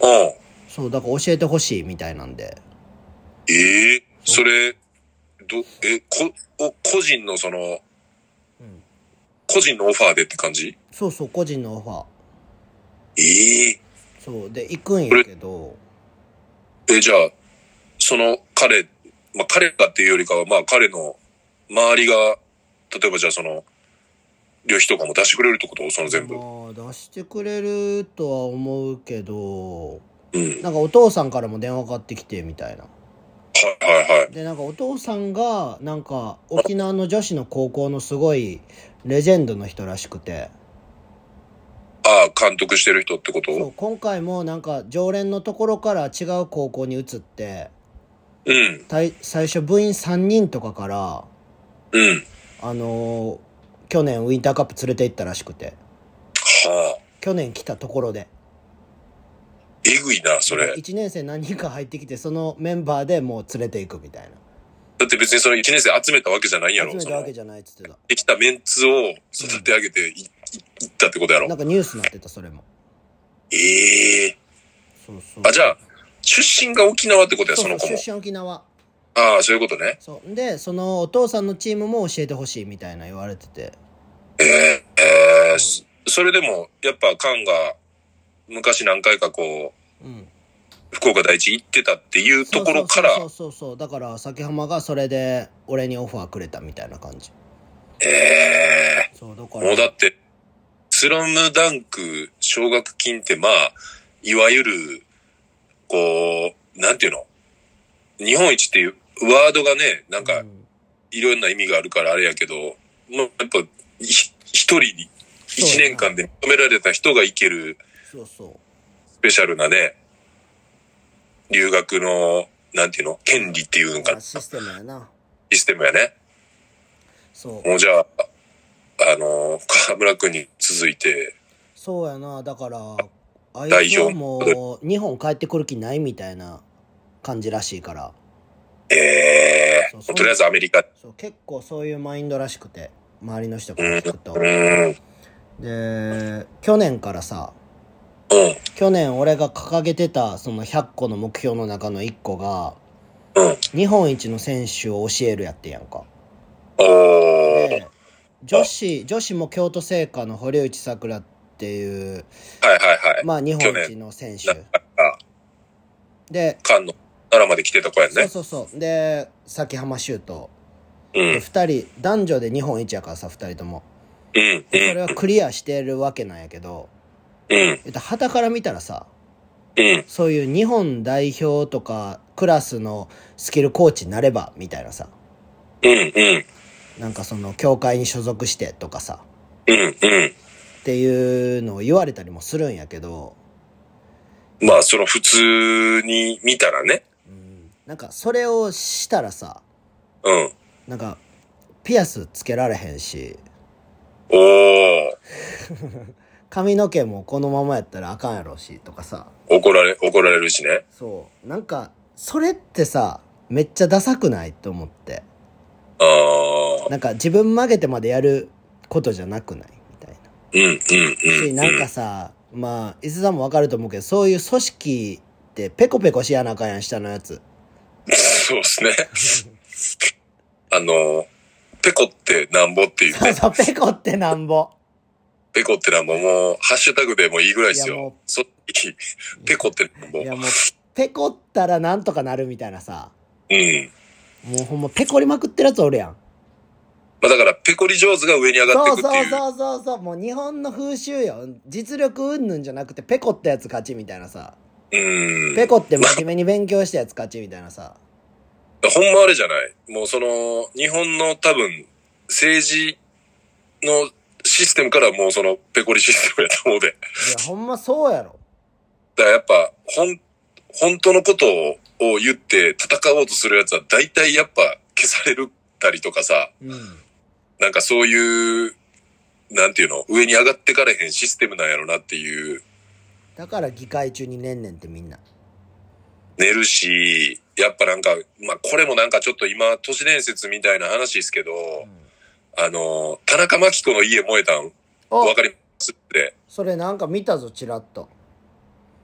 Speaker 2: うん。
Speaker 1: そうだから教えてほしいみたいなんで
Speaker 2: ええそれ、ど、え、こ、お、個人のその、
Speaker 1: うん
Speaker 2: 個人のオファーでって感じ
Speaker 1: そうそう個人のオファー
Speaker 2: ええ
Speaker 1: そうで行くんやけど
Speaker 2: え、じゃあ、その彼、まあ彼がっていうよりかは、まあ彼の周りが、例えばじゃあその、旅費とかも出してくれるってことその全部。
Speaker 1: まあ出してくれるとは思うけど
Speaker 2: うん。は
Speaker 1: なんかお父さんからも電話かかってきてみたいない
Speaker 2: はいはい。
Speaker 1: でなんかお父さんがなんか沖縄の女子の高校のすごいレジェンドの人らしくて
Speaker 2: ああ、監督してる人ってこと
Speaker 1: そう
Speaker 2: う
Speaker 1: 今回もなんか常連のところから違う高校に移って
Speaker 2: ん。
Speaker 1: たい最初部員3人とかから
Speaker 2: うん。
Speaker 1: あのー去年ウィンターカップ連れて行ったらしくて
Speaker 2: はあ。
Speaker 1: 去年来たところで
Speaker 2: えぐいな、それ。
Speaker 1: 1年生何人か入ってきてそのメンバーでもう連れていくみたい
Speaker 2: だって別にその1年生集めたわけじゃないんや
Speaker 1: な集
Speaker 2: ろ。
Speaker 1: め
Speaker 2: そ
Speaker 1: たわ
Speaker 2: の
Speaker 1: けじゃないっつってた
Speaker 2: できたメンツを育て上げてい,、いいったってことやろ
Speaker 1: なん。かニュースになってたそれも
Speaker 2: ええ
Speaker 1: そうそう
Speaker 2: あ、じゃあ、出身が沖縄ってことや、
Speaker 1: そうそ
Speaker 2: そ
Speaker 1: う
Speaker 2: の子も。
Speaker 1: 出身沖縄
Speaker 2: ああ、そういうことね。
Speaker 1: そうでそのお父さんのチームも教えてほしいみたいな言われてて
Speaker 2: ええええそそれでも、やっぱ、カンが、昔何回かこ
Speaker 1: うん
Speaker 2: う、福岡第一行ってたっていうところか
Speaker 1: そ
Speaker 2: ら、
Speaker 1: うそうそうそうそうだから崎浜がそれで俺にオファーくれたみたいな感じ
Speaker 2: ええ
Speaker 1: そうだか
Speaker 2: も
Speaker 1: ら
Speaker 2: うだって、スラムダンク奨学金って、まあ、いわゆる、こう、なんていうの日本一っていうワードがね、なんか
Speaker 1: う、ん
Speaker 2: いろんな意味があるからあれやけど、まあ、やっぱ、ひ一人に、
Speaker 1: そう
Speaker 2: 一年間で認められた人が行ける
Speaker 1: そうそう
Speaker 2: スペシャルなね、留学の、なんていうの権利っていう
Speaker 1: だ
Speaker 2: のか
Speaker 1: か
Speaker 2: な
Speaker 1: らシステムやな
Speaker 2: システムやね。
Speaker 1: そう
Speaker 2: もうじゃあ、あの、河村くんに続いて、
Speaker 1: そうやなだからあ
Speaker 2: 代
Speaker 1: いつ
Speaker 2: 表
Speaker 1: はもう日本帰ってくる気ないみたいな感じらしいから
Speaker 2: ええ
Speaker 1: そうそう
Speaker 2: もうとりあえずアメリカ。
Speaker 1: そう結構そういうマインドらしくて周りの人か
Speaker 2: う
Speaker 1: ら
Speaker 2: ん、う
Speaker 1: 聞くと
Speaker 2: ん、
Speaker 1: で去年からさ
Speaker 2: うん、
Speaker 1: 去年俺が掲げてたその100個の目標の中の1個が
Speaker 2: うん。
Speaker 1: 日本一の選手を教えるやってんやんか
Speaker 2: おー
Speaker 1: で女子女子も京都精華の堀内さくらっていう
Speaker 2: はいはいはい。
Speaker 1: まあ日本一の選
Speaker 2: な
Speaker 1: 手
Speaker 2: んか、
Speaker 1: で
Speaker 2: カンの奈良まで来てた子や
Speaker 1: そう
Speaker 2: ね。
Speaker 1: そうそうで崎浜修斗
Speaker 2: う
Speaker 1: で
Speaker 2: ん、
Speaker 1: 2人男女で日本一やからさ2人とも
Speaker 2: うん、う
Speaker 1: でそれ
Speaker 2: ん、
Speaker 1: はクリアしてるわけなんやけど
Speaker 2: うん、
Speaker 1: はた旗から見たらさ
Speaker 2: うん。
Speaker 1: そういう日本代表とかクラスのスキルコーチになればみたいなさ
Speaker 2: うん、うん、
Speaker 1: なんかその協会に所属してとかさ
Speaker 2: うん、うん。
Speaker 1: っていうのを言われたりもするんやけど、
Speaker 2: まあ、その普通に見たらね。
Speaker 1: うん、なんかそれをしたらさ、
Speaker 2: うん。
Speaker 1: なんかピアスつけられへんし、
Speaker 2: おー、
Speaker 1: 髪の毛もこのままやったらあかんやろしとかさ、
Speaker 2: 怒られ、怒られるしね。
Speaker 1: そう、なんかそれってさ、めっちゃダサくないと思って。
Speaker 2: あー、
Speaker 1: なんか自分曲げてまでやることじゃなくないみたいな。
Speaker 2: うん、うん、
Speaker 1: し、
Speaker 2: うん。
Speaker 1: なんかさ、まあ、伊勢さんもわかると思うけど、そういう組織ってペコペコしやなあかんやん、下のやつ。
Speaker 2: そうですね。 あの、ペコってなんぼっていう
Speaker 1: そう
Speaker 2: ね。
Speaker 1: そう、ペコってなんぼ。
Speaker 2: ペコってなんぼもう、ハッシュタグでもいいぐらいです
Speaker 1: いやもう
Speaker 2: よ。そペコってなんぼ。う
Speaker 1: いや
Speaker 2: ん。
Speaker 1: もう、ペコったらなんとかなるみたいなさ。もうほんま、ペコりまくってるやつおるやん。
Speaker 2: まあだから、ペコリ上手が上に上が
Speaker 1: そ
Speaker 2: っ
Speaker 1: う
Speaker 2: てくって
Speaker 1: そう
Speaker 2: いう。
Speaker 1: そうそうそう、もう日本の風習よ。実力うんぬんじゃなくて、ペコったやつ勝ちみたいなさ。
Speaker 2: うん。
Speaker 1: ペコって真面目に勉強したやつ勝ちみたいなさ。
Speaker 2: ほんまあれじゃない。もうその、日本の多分、政治のシステムからもうその、ペコリシステムやと思うで。
Speaker 1: いや、ほんまそうやろ。
Speaker 2: だからやっぱ、ほん、本当のことを言って戦おうとするやつは大体やっぱ消されるたりとかさ、
Speaker 1: うん。
Speaker 2: なんかそういう、なんていうの、上に上がってかれへんシステムなんやろなっていう、
Speaker 1: だから議会中にねんねんってみんな。
Speaker 2: 寝るし、やっぱなんか、まあこれもなんかちょっと今、都市伝説みたいな話ですけど、
Speaker 1: ん
Speaker 2: あの、田中真紀子の家燃えたん、
Speaker 1: あ
Speaker 2: わかりますって。
Speaker 1: それなんか見たぞ、チラッと。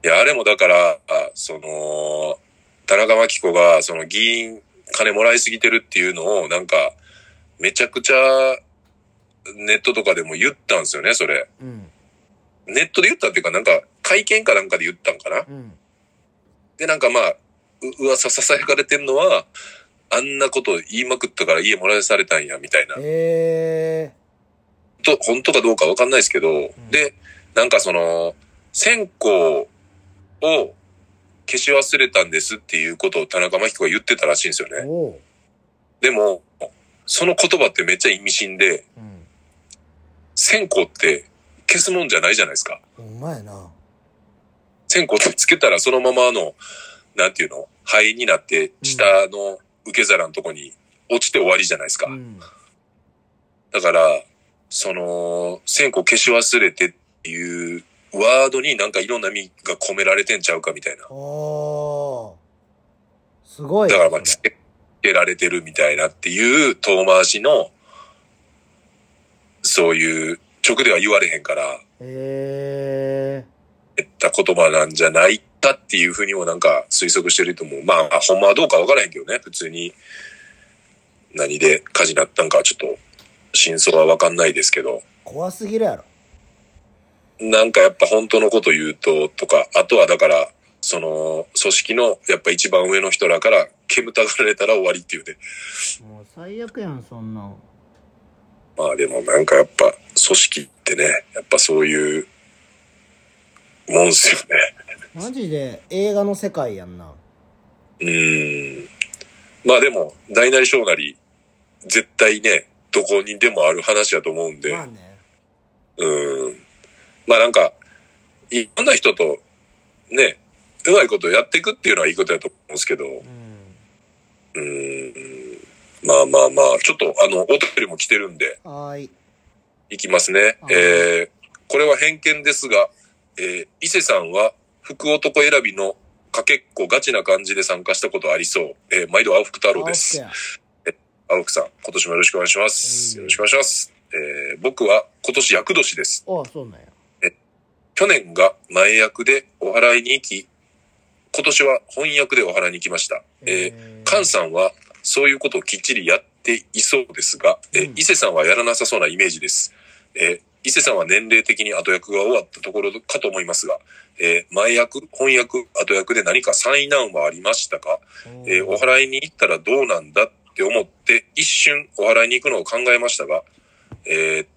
Speaker 2: いや、あれもだから、あその、田中真紀子が、その議員、金もらいすぎてるっていうのを、なんか、めちゃくちゃ、ネットとかでも言ったんですよね、それ。
Speaker 1: うん。
Speaker 2: ネットで言ったっていうか、なんか、会見かなんかで言ったんかな。
Speaker 1: うん。
Speaker 2: で、なんかまあ、う噂囁かれてんのは、あんなこと言いまくったから家もらいされたんや、みたいな。
Speaker 1: え
Speaker 2: と、本当かどうかわかんないですけど、で、なんかその、線香を消し忘れたんですっていうことを田中真紀子が言ってたらしいんですよ
Speaker 1: ー。
Speaker 2: ね。
Speaker 1: おう。
Speaker 2: でも、その言葉ってめっちゃ意味深で、
Speaker 1: うん。
Speaker 2: 線香って消すもんじゃないじゃないですか。
Speaker 1: ほんまやな。
Speaker 2: 線香ってつけたらそのままあの、なんていうの、灰になって、下の受け皿のとこに落ちて終わりじゃないですか。
Speaker 1: うん。
Speaker 2: だから、その、線香消し忘れてっていうワードになんかいろんな意味が込められてんちゃうかみたいな。
Speaker 1: おー。すごい
Speaker 2: だ
Speaker 1: な。
Speaker 2: からまあ、つ
Speaker 1: それ
Speaker 2: けられてるみたいなっていう遠回しの、そういう直では言われへんから、
Speaker 1: え
Speaker 2: 言った言葉なんじゃないかっていうふうにもなんか推測してる人も、まあ、ほんまはどうかわからへんけどね、普通に何で火事になったんかはちょっと真相はわかんないですけど。
Speaker 1: ー。怖すぎるやろ。
Speaker 2: なんかやっぱ本当のこと言うととか、あとはだから、その、組織のやっぱ一番上の人らから煙たがられたら終わりっていうね。
Speaker 1: もう最悪やん、そんなん。
Speaker 2: まあでもなんかやっぱ組織ってね、やっぱそういうもんっすよ
Speaker 1: マジで映画の世界やんな。
Speaker 2: ね。うん。まあでも、大なり小なり、絶対ね、どこにでもある話だと思うんで。
Speaker 1: まあね。
Speaker 2: うん。まあなんか、いろんな人とね、うまいことやっていくっていうのはいいことだと思うんですけど、
Speaker 1: うん。
Speaker 2: うーんまあまあまあ、ちょっとあの、お便りも来てるんで、
Speaker 1: はーい。
Speaker 2: いきますね
Speaker 1: あ。ー
Speaker 2: えー、これは偏見ですが、えー、伊勢さんは福男選びのかけっこガチな感じで参加したことありそう。えー、毎度青福太郎で
Speaker 1: あ
Speaker 2: す。
Speaker 1: オッ
Speaker 2: 青福さん、今年もよろしくお願いします。
Speaker 1: うん
Speaker 2: よろしくお願いします。えー、僕は今年役年です。
Speaker 1: ケーああ、そうなんや。
Speaker 2: 去年が前役でお祓いに行き、今年は翻訳でお祓いに行きました。えー、
Speaker 1: え
Speaker 2: 菅さんはそういうことをきっちりやっていそうですが、え
Speaker 1: うん
Speaker 2: 伊勢さんはやらなさそうなイメージです。え伊勢さんは年齢的に後役が終わったところかと思いますが、えー前役、翻訳、後役で何か災難はありましたか、えーお祓いに行ったらどうなんだって思って、一瞬お祓いに行くのを考えましたが、えーっ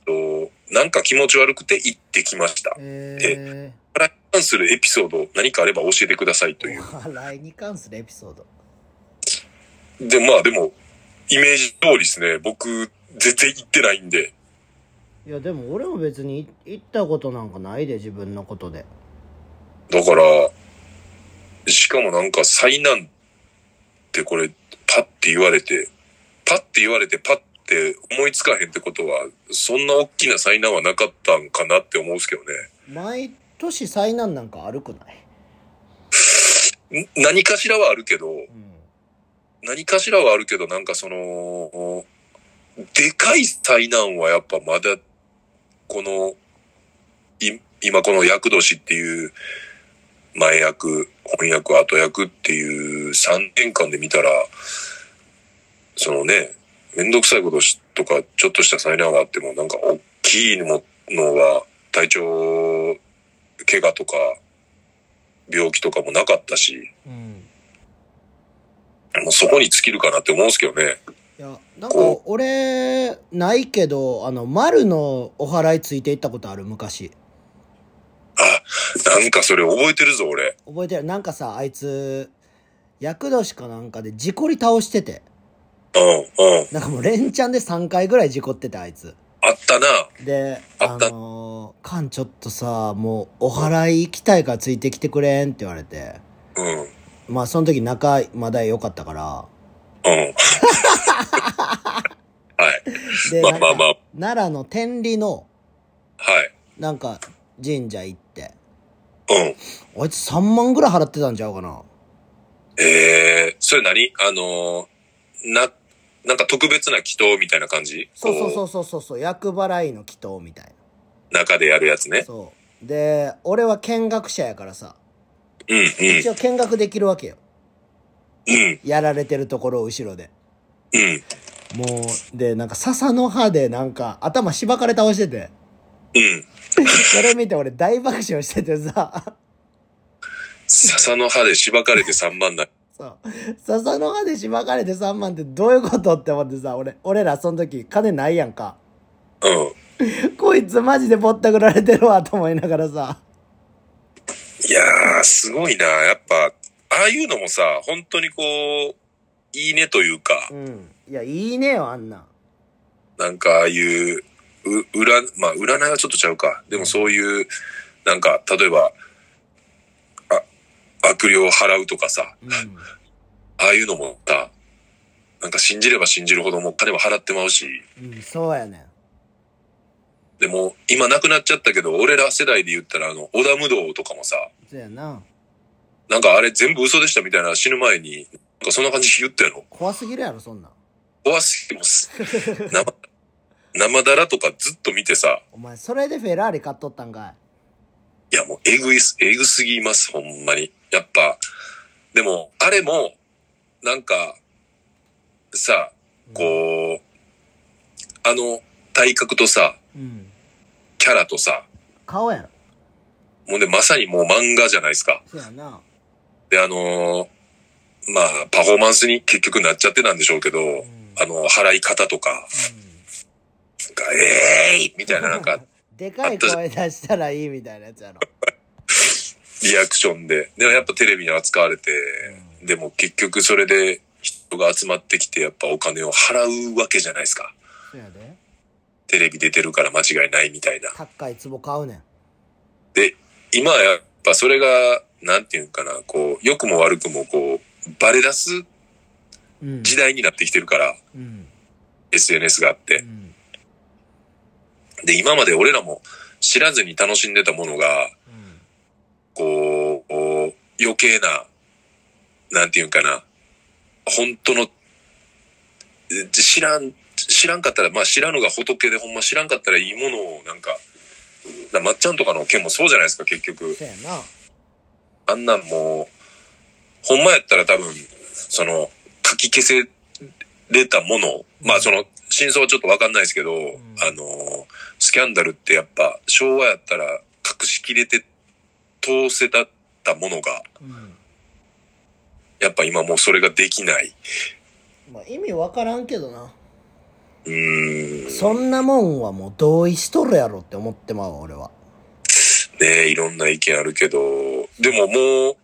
Speaker 2: と、なんか気持ち悪くて行ってきました。
Speaker 1: え
Speaker 2: お祓いに関するエピソード何かあれば教えてくださいとい
Speaker 1: ー。
Speaker 2: う。
Speaker 1: お笑いに関するエピソード。
Speaker 2: で、まあでも、イメージ通りですね。僕、全然行ってないんで。
Speaker 1: いやでも俺も別に行ったことなんかないで自分のことで
Speaker 2: だから、しかもなんか災難ってこれ、パッて言われて、パッて言われてパッて思いつかへんってことは、そんな大きな災難はなかったんかなって思うんですけど
Speaker 1: 毎年災難なんかあるくない、
Speaker 2: ね。ん何かしらはあるけど、
Speaker 1: うん、
Speaker 2: 何かしらはあるけど、なんかその、でかい災難はやっぱまだ、この、い今この厄年っていう、前役、翻訳、後役っていう3年間で見たら、そのね、めんどくさいことしとか、ちょっとした災難があっても、なんか大きいののは、体調、怪我とか、病気とかもなかったし、
Speaker 1: うん、
Speaker 2: もうそこに尽きるかなって思うんですけどね。
Speaker 1: いやなんか俺ないけどあの丸のお祓いついていったことある昔
Speaker 2: なんかそれ覚えてるぞ、俺。
Speaker 1: 覚えてるなんかさあいつ厄年かなんかで事故り倒してて
Speaker 2: うん、うん。
Speaker 1: なんかもう連チャンで3回ぐらい事故っててあいつ
Speaker 2: あったな。
Speaker 1: で
Speaker 2: あ
Speaker 1: あ
Speaker 2: った
Speaker 1: のー「カンちょっとさもうお祓い行きたいからついてきてくれん」って言われて
Speaker 2: うん、 うん。
Speaker 1: まあその時仲まだ良かったから
Speaker 2: はい。
Speaker 1: で
Speaker 2: まあ
Speaker 1: なん
Speaker 2: まあ
Speaker 1: か
Speaker 2: まあ、
Speaker 1: 奈良の天理の
Speaker 2: はい。
Speaker 1: なんか神社行って
Speaker 2: うん。
Speaker 1: あいつ3万ぐらい払ってたんちゃうかな
Speaker 2: ええー、それ何あのー、な、なんか特別な祈祷みたいな感じ
Speaker 1: そうそうそ
Speaker 2: こ
Speaker 1: うそうそうそう厄払いの祈祷みたい
Speaker 2: 中でやるやつ
Speaker 1: な
Speaker 2: ね。
Speaker 1: そうで俺は見学者やからさ
Speaker 2: うん、
Speaker 1: 一応見学できるわけよ
Speaker 2: うん、うん、
Speaker 1: やられてるところを後ろで
Speaker 2: うん、
Speaker 1: もうでなんか笹の葉でなんか頭しばかれ倒してて
Speaker 2: うん。
Speaker 1: それ見て俺大爆笑しててさ、
Speaker 2: 笹の葉でしばかれて3万だ。
Speaker 1: そう、笹の葉でしばかれて3万ってどういうことって思ってさ、俺、俺らその時金ないやんか。
Speaker 2: うん。
Speaker 1: こいつマジでぼったくられてるわと思いながらさ、
Speaker 2: いやー、すごいな。やっぱ、ああいうのもさ、本当にこう、いいねというか、
Speaker 1: うん。いや、いいねよ、あんなん。
Speaker 2: なんかああいう、う、占、まあ占いはちょっとちゃうか。でもそういう、なんか、例えば、あ、悪霊を払うとかさ、
Speaker 1: うん。
Speaker 2: ああいうのもさ、なんか信じれば信じるほどもう金は払ってまうし、
Speaker 1: うん、そうやねん。
Speaker 2: でも今亡くなっちゃったけど、俺ら世代で言ったらあの、織田無道とかもさ、
Speaker 1: そうやな。
Speaker 2: なんかあれ全部嘘でしたみたいな死ぬ前に、なんかそんな感じで言ったやろ。
Speaker 1: 怖すぎるやろ、そんなん。
Speaker 2: 怖すぎてもす生、生だらとかずっと見てさ、
Speaker 1: お前、それでフェラーリ買っとったんか
Speaker 2: いや、もう、えぐいす、えぐすぎます、ほんまに。やっぱ、でも、あれも、なんか、さ、
Speaker 1: い。
Speaker 2: こう、あの、体格とさ、
Speaker 1: うん。うん。
Speaker 2: キャラとさ、
Speaker 1: 顔やろ。
Speaker 2: もうね、まさにもう漫画じゃないですか。
Speaker 1: そうやな。
Speaker 2: で、あのーまあ、パフォーマンスに結局なっちゃってたんでしょうけど、
Speaker 1: ん
Speaker 2: あの、払い方とか、
Speaker 1: う
Speaker 2: なんかえーいみたいな、なんか、
Speaker 1: ん。でかい声出したらいいみたいなやつやろ。
Speaker 2: リアクションで。でもやっぱテレビに扱われて、でも結局それで人が集まってきてやっぱお金を払うわけじゃないですか。
Speaker 1: そうやで。
Speaker 2: テレビ出てるから間違いないみたいな。
Speaker 1: 高い壺買うねん。
Speaker 2: で、今はやっぱそれが、なんていうんかな、こう、良くも悪くもこう、バレ出す
Speaker 1: うん。
Speaker 2: 時代になってきてるから、
Speaker 1: うん。
Speaker 2: SNS があっ
Speaker 1: う
Speaker 2: て。
Speaker 1: ん。
Speaker 2: で、今まで俺らも知らずに楽しんでたものが、
Speaker 1: うん
Speaker 2: こう、こう余計な、なんていうんかな、本当の、え知らん、知らんかったら、まあ知らぬが仏でほんま知らんかったらいいものをなんか、だまっちゃんとかの件もそうじゃないですか、結局。
Speaker 1: そうやな。
Speaker 2: あんなんもう、ほんまやったら多分、その、書き消せれたもの、まあその、真相はちょっとわかんないですけど、
Speaker 1: ん
Speaker 2: あの、スキャンダルってやっぱ、昭和やったら隠しきれて通せたったものが、
Speaker 1: うん。
Speaker 2: やっぱ今もうそれができない。
Speaker 1: まあ意味わからんけどな。
Speaker 2: うーん。
Speaker 1: そんなもんはもう同意しとるやろって思ってまうわ、俺は。
Speaker 2: ねいろんな意見あるけど、でももう、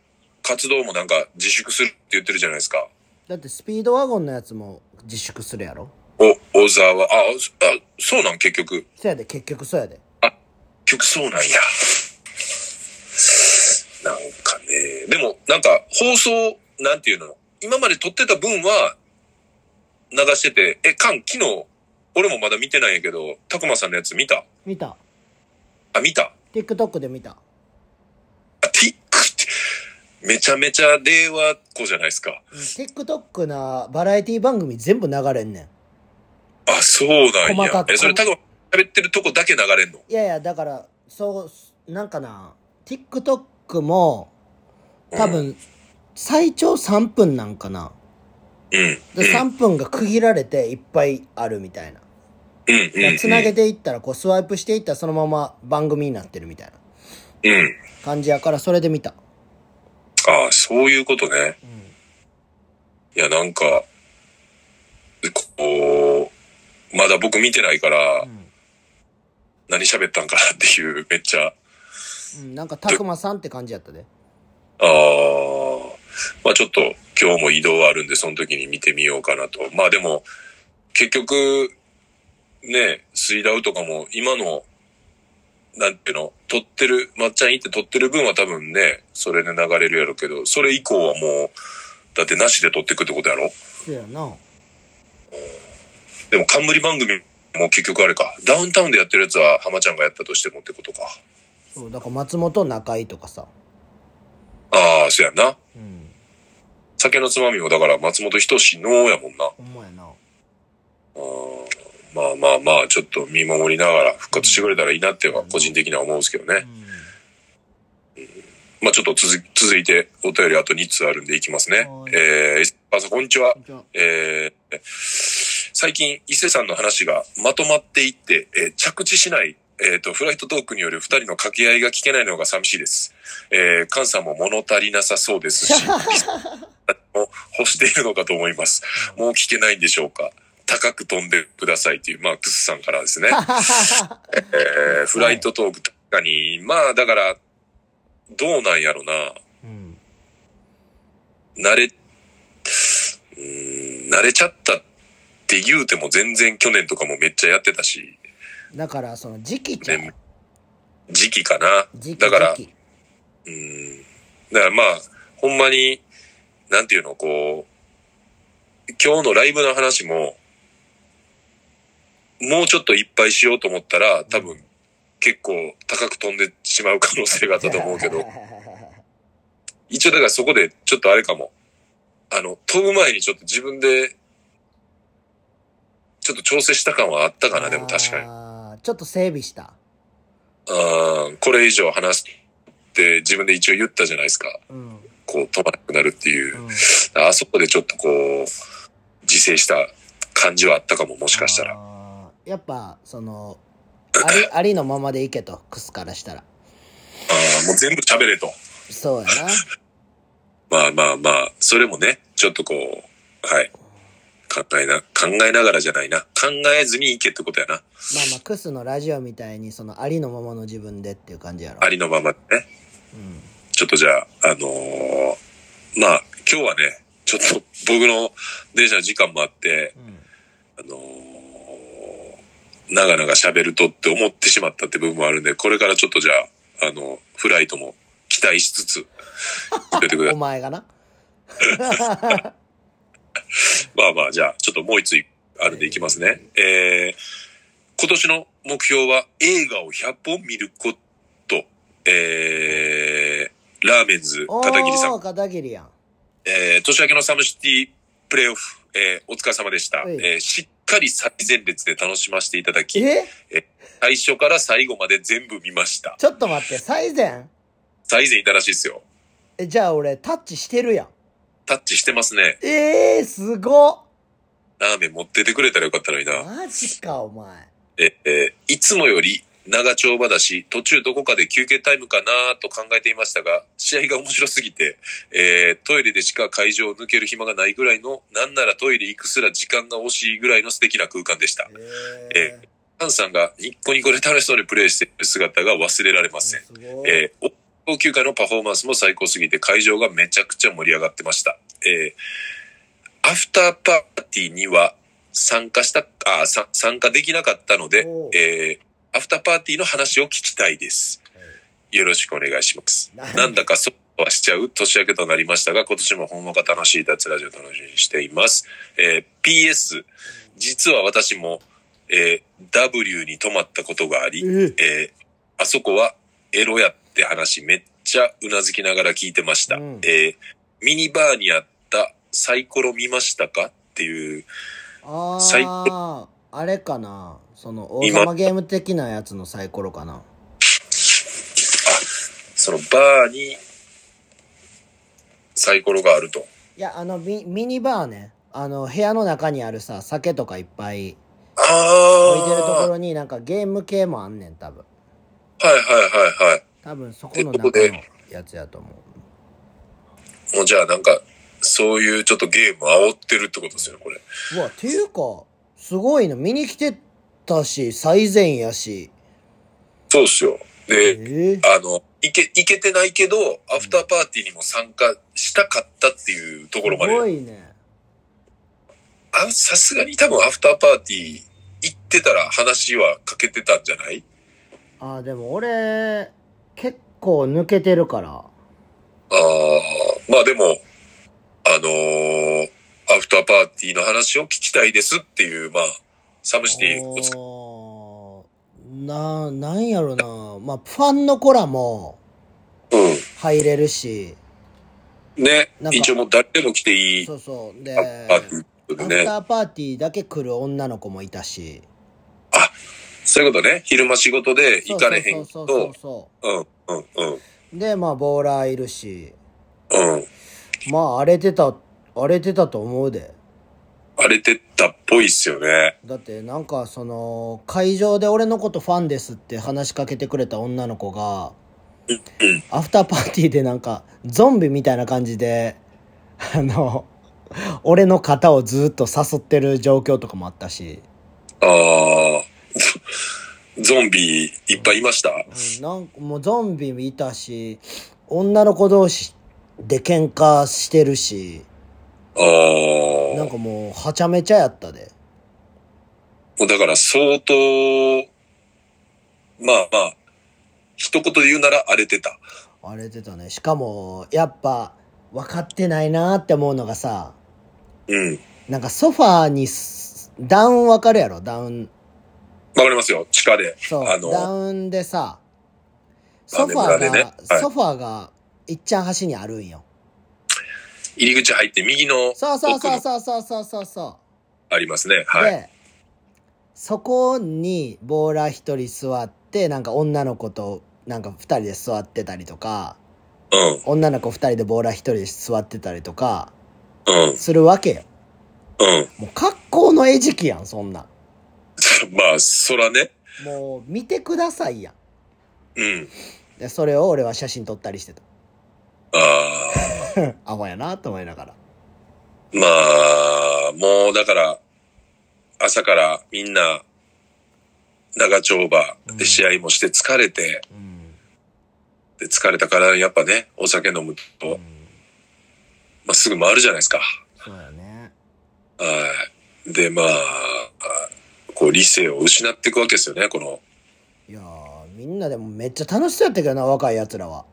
Speaker 2: 活動もなんか自粛するって言ってるじゃないですか。
Speaker 1: だってスピードワゴンのやつも自粛するやろ
Speaker 2: お、小沢、あ、そあそうなん結局。
Speaker 1: そやで、結局そうやで。
Speaker 2: 結局そうなんや。なんかね、でもなんか放送、なんていうの、今まで撮ってた分は流してて、え、カン、昨日、俺もまだ見てないんやけど、たくまさんのやつ見た
Speaker 1: 見た。
Speaker 2: あ、見た
Speaker 1: TikTok で見た。
Speaker 2: あ、ティックって、めちゃめちゃ令和っ子じゃないですか。
Speaker 1: うん TikTok なバラエティ番組全部流れんね
Speaker 2: あ、そうなん
Speaker 1: 細か
Speaker 2: や。
Speaker 1: く
Speaker 2: え、それたくま喋ってるとこだけ流れんの
Speaker 1: ん。いやいや、だから、そう、なんかな、TikTok も、多分、最長3分なんかな。
Speaker 2: うん。
Speaker 1: で、3分が区切られていっぱいあるみたいな。
Speaker 2: うん。うん。うん。
Speaker 1: つなげていったら、こう、スワイプしていったらそのまま番組になってるみたいな
Speaker 2: うん。
Speaker 1: 感じやから、それで見た。
Speaker 2: ああ、そういうことね。いや、なんか、こう、まだ僕見てないから、何喋ったんかなっていう、 めっちゃ、
Speaker 1: うん、なんか、たくまさんって感じやったで。
Speaker 2: ああ、まあちょっと今日も移動あるんで、その時に見てみようかなと。まあでも、結局、ね、スイダウとかも今の、なんていうの、撮ってる、まっちゃん行って撮ってる分は多分ね、それで流れるやろうけど、それ以降はもう、だってなしで撮っていくってことやろ
Speaker 1: そうやな。
Speaker 2: でも冠番組も結局あれか。ダウンタウンでやってるやつは浜ちゃんがやったとしてもってことか。
Speaker 1: そう、だから松本中井とかさ。
Speaker 2: ああ、そうやんな。
Speaker 1: うん。
Speaker 2: 酒のつまみもだから松本人志のやもんな。
Speaker 1: ほんまやな。
Speaker 2: あーまあまあまあ、ちょっと見守りながら復活してくれたらいいなっては個人的には思うんですけど
Speaker 1: う
Speaker 2: ね。
Speaker 1: ん。
Speaker 2: まあちょっと続き続いてお便りあと2通あるんでいきますね
Speaker 1: は。い
Speaker 2: えー、伊勢さんこんにちは
Speaker 1: こん。にちは
Speaker 2: えー最近伊勢さんの話がまとまっていって、えー着地しない、えーとフライトトークによる二人の掛け合いが聞けないのが寂しいです。えー、菅さんも物足りなさそうですし、リスナーも欲しているのかと思います。もう聞けないんでしょうか高く飛んでくださいという、まあ、クスさんからですね。えーフライトトーク、確かに、まあ、だから、どうなんやろな。
Speaker 1: うん。
Speaker 2: 慣れ、うーん、慣れちゃったって言うても全然去年とかもめっちゃやってたし、
Speaker 1: だから、その時期ちゃう
Speaker 2: ね時期かな。
Speaker 1: 時期。
Speaker 2: だから
Speaker 1: 時期
Speaker 2: うーん。だからまあ、ほんまに、なんていうの、こう、今日のライブの話も、もうちょっといっぱいしようと思ったら、多分、結構高く飛んでしまう可能性があったと思う けど、一応だからそこでちょっとあれかも。あの、飛ぶ前にちょっと自分で、ちょっと調整した感はあったかな、でも確かに。
Speaker 1: に。ちょっと整備した。
Speaker 2: あーこれ以上話すって自分で一応言ったじゃないですか。
Speaker 1: うん。うん。
Speaker 2: こう飛ばなくなるっていう。あそこでちょっとこう、自制した感じはあったかも、もしかしたら。
Speaker 1: ら。やっぱ、その、あり、ありのままでいけと、クスからしたら。
Speaker 2: あーもう全部喋れと。
Speaker 1: そうやな。
Speaker 2: まあまあまあ、それもね、ちょっとこう、はい。考えな、考えながらじゃないな。考えずにいけってことやな。
Speaker 1: まあまあ、クスのラジオみたいに、その、ありのままの自分でっていう感じやろ。
Speaker 2: ありのままでね。
Speaker 1: うん。
Speaker 2: ちょっとじゃあ、あのーまあ、今日はね、ちょっと僕の電車の時間もあって、
Speaker 1: うん。
Speaker 2: あのー長々喋るとって思ってしまったって部分もあるんで、これからちょっとじゃあ、あの、フライトも期待しつつ、言っててくだ
Speaker 1: お
Speaker 2: さい。
Speaker 1: 前がな。
Speaker 2: まあまあ、じゃあ、ちょっともう一つあるんでいきますね。えー、今年の目標は映画を100本見ること、えー、ラーメンズ、
Speaker 1: お
Speaker 2: 片桐さん
Speaker 1: ー、。片桐やん。
Speaker 2: えー年明けのサムシティプレイオフ、えーお疲れ様でした。
Speaker 1: はい
Speaker 2: えーしっかり最前列で楽しませていただき、
Speaker 1: え
Speaker 2: 最初から最後まで全部見ました。
Speaker 1: ちょっと待って、最善
Speaker 2: 最前いたらしいですよ。
Speaker 1: え、じゃあ俺、タッチしてるやん。
Speaker 2: タッチしてますね。
Speaker 1: ええー、すごっ
Speaker 2: ラーメン持っててくれたらよかったのにな。
Speaker 1: マジか、お前。
Speaker 2: えーえーいつもより長丁場だし、途中どこかで休憩タイムかなと考えていましたが、試合が面白すぎて、えートイレでしか会場を抜ける暇がないぐらいの、なんならトイレ行くすら時間が惜しいぐらいの素敵な空間でした。
Speaker 1: えー、
Speaker 2: ハンさんがニッコニコで楽しそうにプレイしている姿が忘れられません。
Speaker 1: すごい。
Speaker 2: えー、応急会のパフォーマンスも最高すぎて会場がめちゃくちゃ盛り上がってました。えーアフターパーティーには参加した、あさ参加できなかったので
Speaker 1: おう、
Speaker 2: えー、アフターパーティーの話を聞きたいです。よろしくお願いします。
Speaker 1: はい
Speaker 2: なんだかそうはしちゃう年明けとなりましたが、今年もほんわか楽しい脱ラジオ楽しみにしています。えー PS、実は私も、えー W に泊まったことがあり、
Speaker 1: え
Speaker 2: えーあそこはエロやって話めっちゃうなずきながら聞いてました。
Speaker 1: うん
Speaker 2: えーミニバーにあったサイコロ見ましたかっていう、
Speaker 1: あ
Speaker 2: 最
Speaker 1: ああれかなその王
Speaker 2: 今
Speaker 1: 様ゲーム的なやつのサイコロかな
Speaker 2: そのバーにサイコロがあると。
Speaker 1: いやあのミミニバーねあの部屋の中にあるさ酒とかいっぱい
Speaker 2: あ
Speaker 1: 置いてるとこ
Speaker 2: あ
Speaker 1: ろになんかゲーム系もあんねん多分
Speaker 2: はいはいはいは
Speaker 1: 多分そこの
Speaker 2: えここ
Speaker 1: 中
Speaker 2: で
Speaker 1: のやつやと思う
Speaker 2: い。もうじゃあなんか、そういうちょっとゲームを煽ってるってことですよね、これ。
Speaker 1: うわていうかすごいの見に来てたし最前やし
Speaker 2: そうっすよ。
Speaker 1: え
Speaker 2: で、
Speaker 1: ー、
Speaker 2: あの、いけ、いけてないけど、アフターパーティーにも参加したかったっていうところますで
Speaker 1: ごいね
Speaker 2: あさすがに多分アフターパーティー行ってたら話はかけてたんじゃない
Speaker 1: あーでも俺結構抜けてるから
Speaker 2: ああ、まあでも、あのーアフターパーティーの話を聞きたいですっていう、まあ、サムシティお疲れ、
Speaker 1: おーななんやろなまあファンの子らも入れるし
Speaker 2: うん。ね
Speaker 1: なん、か
Speaker 2: 一応もう誰でも来ていい
Speaker 1: そうそうで
Speaker 2: アフタ
Speaker 1: アフタ
Speaker 2: ーパーティーということでね。
Speaker 1: ーパーティーだけ来る女の子もいたし
Speaker 2: そういうことね。昼間仕事で行かれへんけ
Speaker 1: そうそうそう
Speaker 2: ど、
Speaker 1: そ
Speaker 2: うん、うん、うん、
Speaker 1: うでまあボーラーいるし
Speaker 2: うん。
Speaker 1: まあ荒れてた荒れてたと思うで
Speaker 2: 荒れてったっぽいっすよね。
Speaker 1: だってなんかその会場で俺のことファンですって話しかけてくれた女の子が
Speaker 2: うん。
Speaker 1: アフターパーティーでなんかゾンビみたいな感じであの俺の肩をずっと誘ってる状況とかもあったし、
Speaker 2: ああ、 ゾンビいっぱいいました
Speaker 1: うん、なんかもうゾンビいたし女の子同士で喧嘩してるし
Speaker 2: ああ。
Speaker 1: なんかもうはちゃめちゃやったで
Speaker 2: もうだから相当、まあまあ、一言で言うなら荒れてた。
Speaker 1: 荒れてたねしかもやっぱ分かってないなーって思うのがさ
Speaker 2: うん。
Speaker 1: なんかソファーにすダウンわかるやろダウン
Speaker 2: わかりますよ。地下で。
Speaker 1: そう、
Speaker 2: あの、
Speaker 1: ダ
Speaker 2: は
Speaker 1: ウンでさ、ソ
Speaker 2: あ
Speaker 1: ファー
Speaker 2: 眠られ
Speaker 1: が、
Speaker 2: ねはい
Speaker 1: ソファーが、いっちゃん端にあるんよ。
Speaker 2: い入り口入って右の
Speaker 1: そうそう
Speaker 2: 奥
Speaker 1: そう
Speaker 2: の
Speaker 1: そうそうそうそうそ
Speaker 2: ありますね。
Speaker 1: う、
Speaker 2: はい。
Speaker 1: で、そこにボーラー一人座って、なんか女の子と、なんか二人で座ってたりとか、
Speaker 2: うん、
Speaker 1: 女の子二人でボーラー一人で座ってたりとか、
Speaker 2: うん、
Speaker 1: するわけよ。
Speaker 2: うん。
Speaker 1: もう格好の餌食やん、そんなん。
Speaker 2: まあ、そらね。
Speaker 1: もう、見てくださいやん。
Speaker 2: うん。
Speaker 1: で、それを俺は写真撮ったりしてた。
Speaker 2: あ
Speaker 1: アホやなと思いながら。
Speaker 2: あ、まあ、もうだから、朝からみんな、長丁場で試合もして疲れて、
Speaker 1: うん。
Speaker 2: で疲れたからやっぱね、お酒飲む
Speaker 1: う
Speaker 2: と、
Speaker 1: ん
Speaker 2: まあ、すぐ回るじゃないですか。
Speaker 1: そうだね。
Speaker 2: はい。で、まあ、こう、理性を失っていくわけですよね、この。
Speaker 1: いやー、みんなでもめっちゃ楽しそうやったけどな、若い奴らは。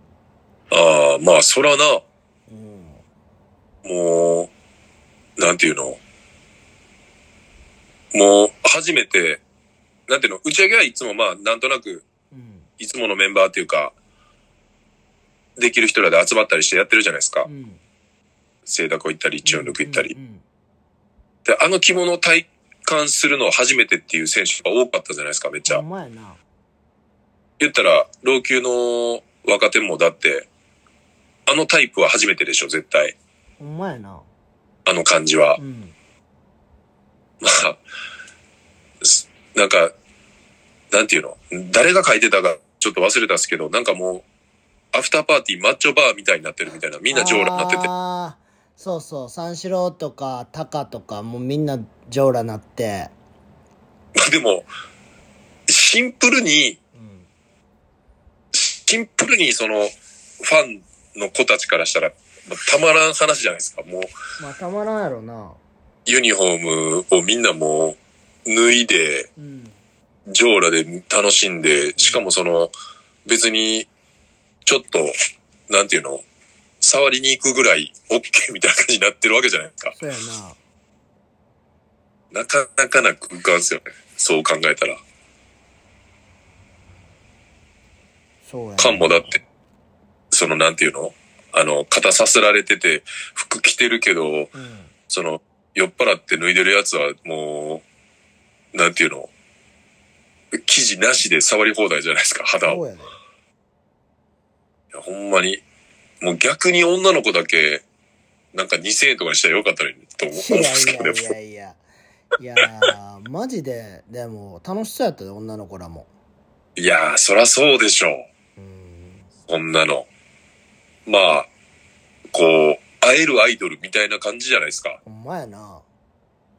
Speaker 2: ああ、まあ、そらな、
Speaker 1: うん。
Speaker 2: もう、なんていうの。もう、初めて、なんていうの、打ち上げはいつもまあ、なんとなく、
Speaker 1: うん。
Speaker 2: いつものメンバーっていうか、できる人らで集まったりしてやってるじゃないですか
Speaker 1: う。ん。
Speaker 2: 聖高行ったり、千代抜く行ったり
Speaker 1: う。ん。
Speaker 2: で、あの着物を体感するのは初めてっていう選手が多かったじゃないですか、めっちゃ
Speaker 1: ほん。まやな。
Speaker 2: 言ったら、老朽の若手もだって、あのタイプは初めてでしょ、絶対。
Speaker 1: ほんまやな。
Speaker 2: あの感じは
Speaker 1: う。ん。
Speaker 2: まあ、すなんか、なんていうの誰が書いてたかちょっと忘れたんですけど、なんかもう、アフターパーティーマッチョバーみたいになってるみたいな、みんな上羅になってて。
Speaker 1: あーそうそう、三四郎とか、タカとか、もうみんな上羅なって。
Speaker 2: ま あでも、シンプルに、
Speaker 1: うん。
Speaker 2: シンプルにその、ファンの子たちからしたら、まあたまらん話じゃないですか。もう、
Speaker 1: まあ、たまらんやろな。
Speaker 2: ユニフォームをみんなもう脱いで、
Speaker 1: うん
Speaker 2: 上裸で楽しんで、しかもその、別に、ちょっと、なんていうの、触りに行くぐらい、OK みたいな感じになってるわけじゃないですか。
Speaker 1: そうやな
Speaker 2: なかなかな空間ですよね。そう考えたら。
Speaker 1: そうや
Speaker 2: カンもだって、その、なんていうのあの、肩さすられてて、服着てるけど、
Speaker 1: うん
Speaker 2: その、酔っ払って脱いでるやつは、もう、なんていうの生地なしで触り放題じゃないですか、肌を
Speaker 1: そ。うやね
Speaker 2: いやほんまに。もう逆に女の子だけ、なんか2000円とかにしたらよかったのにと思
Speaker 1: い
Speaker 2: うんですけどね。
Speaker 1: やいやいやいやいやーマジででも楽しそうやったで女の子らも
Speaker 2: いやー、そらそうでしょう。
Speaker 1: うん
Speaker 2: こんなの。まあ、こう、会えるアイドルみたいな感じじゃないですか。
Speaker 1: ほんまやな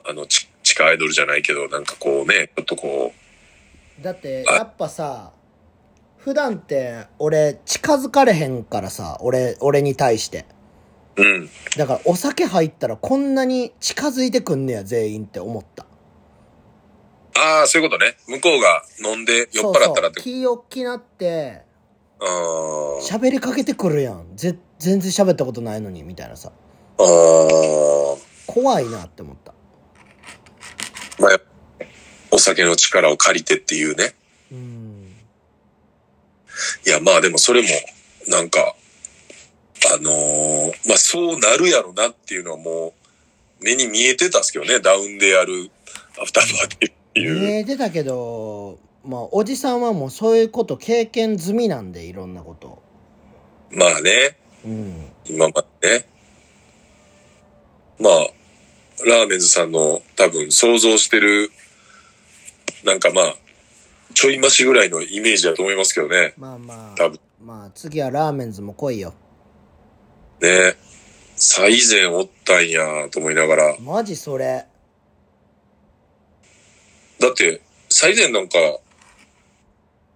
Speaker 2: あの、ち地下アイドルじゃないけど、なんかこうね、ちょっとこ
Speaker 1: だって
Speaker 2: あ
Speaker 1: やっぱさ普段って俺近づかれへんからさ俺俺に対して
Speaker 2: う、うん。
Speaker 1: だからお酒入ったらこんなに近づいてくんねや全員って思った
Speaker 2: ああ、そういうことね。向こうが飲んで酔っ払ったらっ
Speaker 1: そうそ
Speaker 2: て
Speaker 1: う気おっきなって
Speaker 2: あー
Speaker 1: 喋りかけてくるやんぜ全然喋ったことないのにみたいなさ
Speaker 2: あー。
Speaker 1: 怖いなって思った
Speaker 2: まあ、お酒の力を借りてっていうね。
Speaker 1: うん
Speaker 2: いや、まあでもそれも、なんか、あのーまあそうなるやろなっていうのはもう、目に見えてたんですけどね、ダウンでやるアフターパーティーっていう。
Speaker 1: 見えてたけどまあおじさんはもうそういうこと経験済みなんでいろんなこと
Speaker 2: まあね、
Speaker 1: うん
Speaker 2: 今までね。まあ、ラーメンズさんの多分想像してる、なんかまあ、ちょい増しぐらいのイメージだと思いますけどね。
Speaker 1: まあまあ
Speaker 2: 多分
Speaker 1: まあ次はラーメンズも来いよ
Speaker 2: ね。最前おったんやと思いながら。
Speaker 1: マジそれ
Speaker 2: だって、最前なんか、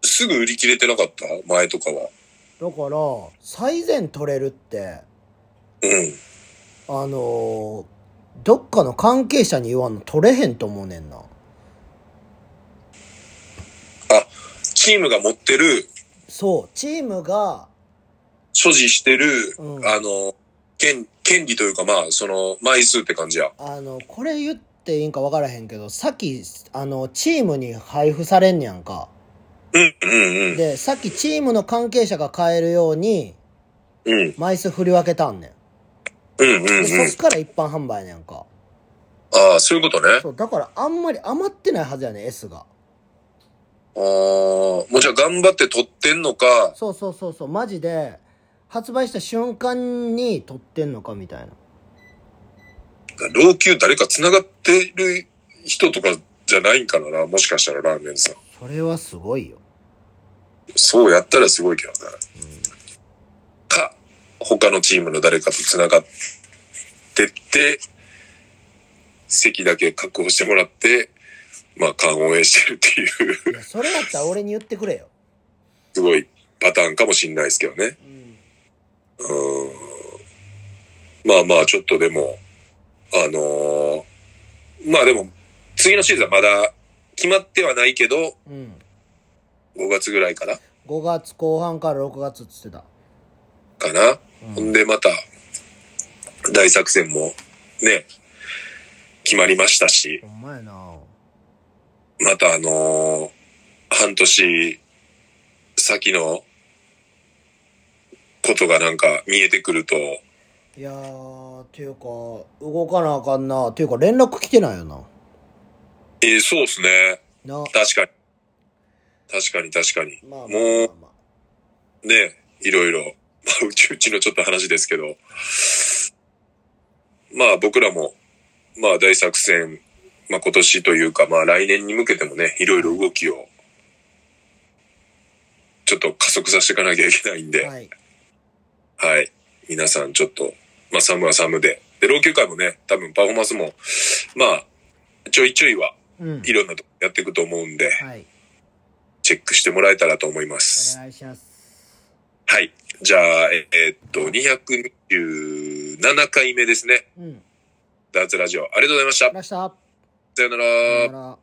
Speaker 2: すぐ売り切れてなかった前とかは。
Speaker 1: だから最善取れるって
Speaker 2: うん。
Speaker 1: あのーどっかの関係者に言わんの取れへんと思うねんな
Speaker 2: チームが持ってる、
Speaker 1: そうチームが
Speaker 2: 所持してる、
Speaker 1: うん
Speaker 2: あの、権、権利というかまあ、その、枚数って感じや。
Speaker 1: あのこれ言っていいんか分からへんけどさっきあのチームに配布されんねやんか
Speaker 2: うん、うん、うん。
Speaker 1: でさっきチームの関係者が買えるように
Speaker 2: うん、
Speaker 1: 枚数振り分けたんね
Speaker 2: うん、うん
Speaker 1: で
Speaker 2: ん、う
Speaker 1: そ
Speaker 2: ん
Speaker 1: っ。から一般販売ねやんか
Speaker 2: ああ、そういうことね。
Speaker 1: そうだからあんまり余ってないはずやねん S が
Speaker 2: ああ、もうじゃあ頑張って撮ってんのか、
Speaker 1: そうそうそうそうマジで発売した瞬間に撮ってんのかみたいな
Speaker 2: 老朽誰か繋がってる人とかじゃないんかな、もしかしたらラーメンさん。
Speaker 1: それはすごいよ
Speaker 2: そうやったらすごいけどね。か、他のチームの誰かと繋がってって、席だけ確保してもらって、まあ、勘を応援してるっていう、
Speaker 1: い やそれやったら俺に言ってくれよ、
Speaker 2: すごいパターンかもしんないですけどね。
Speaker 1: うん、
Speaker 2: うーんまあまあ、ちょっとでも、あのーまあでも、次のシーズンはまだ決まってはないけど、
Speaker 1: うん、
Speaker 2: 5月ぐらいかな
Speaker 1: 5月後半から6月っつってた
Speaker 2: かな。
Speaker 1: うん
Speaker 2: ほんでまた、大作戦もね、決まりましたし、
Speaker 1: ほんまやな
Speaker 2: またあのー半年先のことがなんか見えてくると、
Speaker 1: いやーっていうか動かなあかんなっていうか連絡来てないよな
Speaker 2: えーそうですね。
Speaker 1: な
Speaker 2: 確かに。確かに確かに。
Speaker 1: まあまあまあ、
Speaker 2: もう、
Speaker 1: まあ、
Speaker 2: ね、いろいろ、まあ、うちうちのちょっと話ですけど、まあ僕らも、まあ大作戦、まあ今年というか、まあ来年に向けてもね、いろいろ動きを、ちょっと加速させていかなきゃいけないんで、はい。
Speaker 1: はい
Speaker 2: 皆さんちょっと、まあサムはサムで、で、老朽会もね、多分パフォーマンスも、まあ、ちょいちょいは、
Speaker 1: うん
Speaker 2: いろんなとこやっていくと思うんで、
Speaker 1: はい
Speaker 2: チェックしてもらえたらと思います。
Speaker 1: お願いします
Speaker 2: はい。じゃあ、ええーっと、227回目ですね。
Speaker 1: うんダーツラジオ、ありがとうございました。
Speaker 2: ました。
Speaker 1: さよなら
Speaker 2: さよ。なら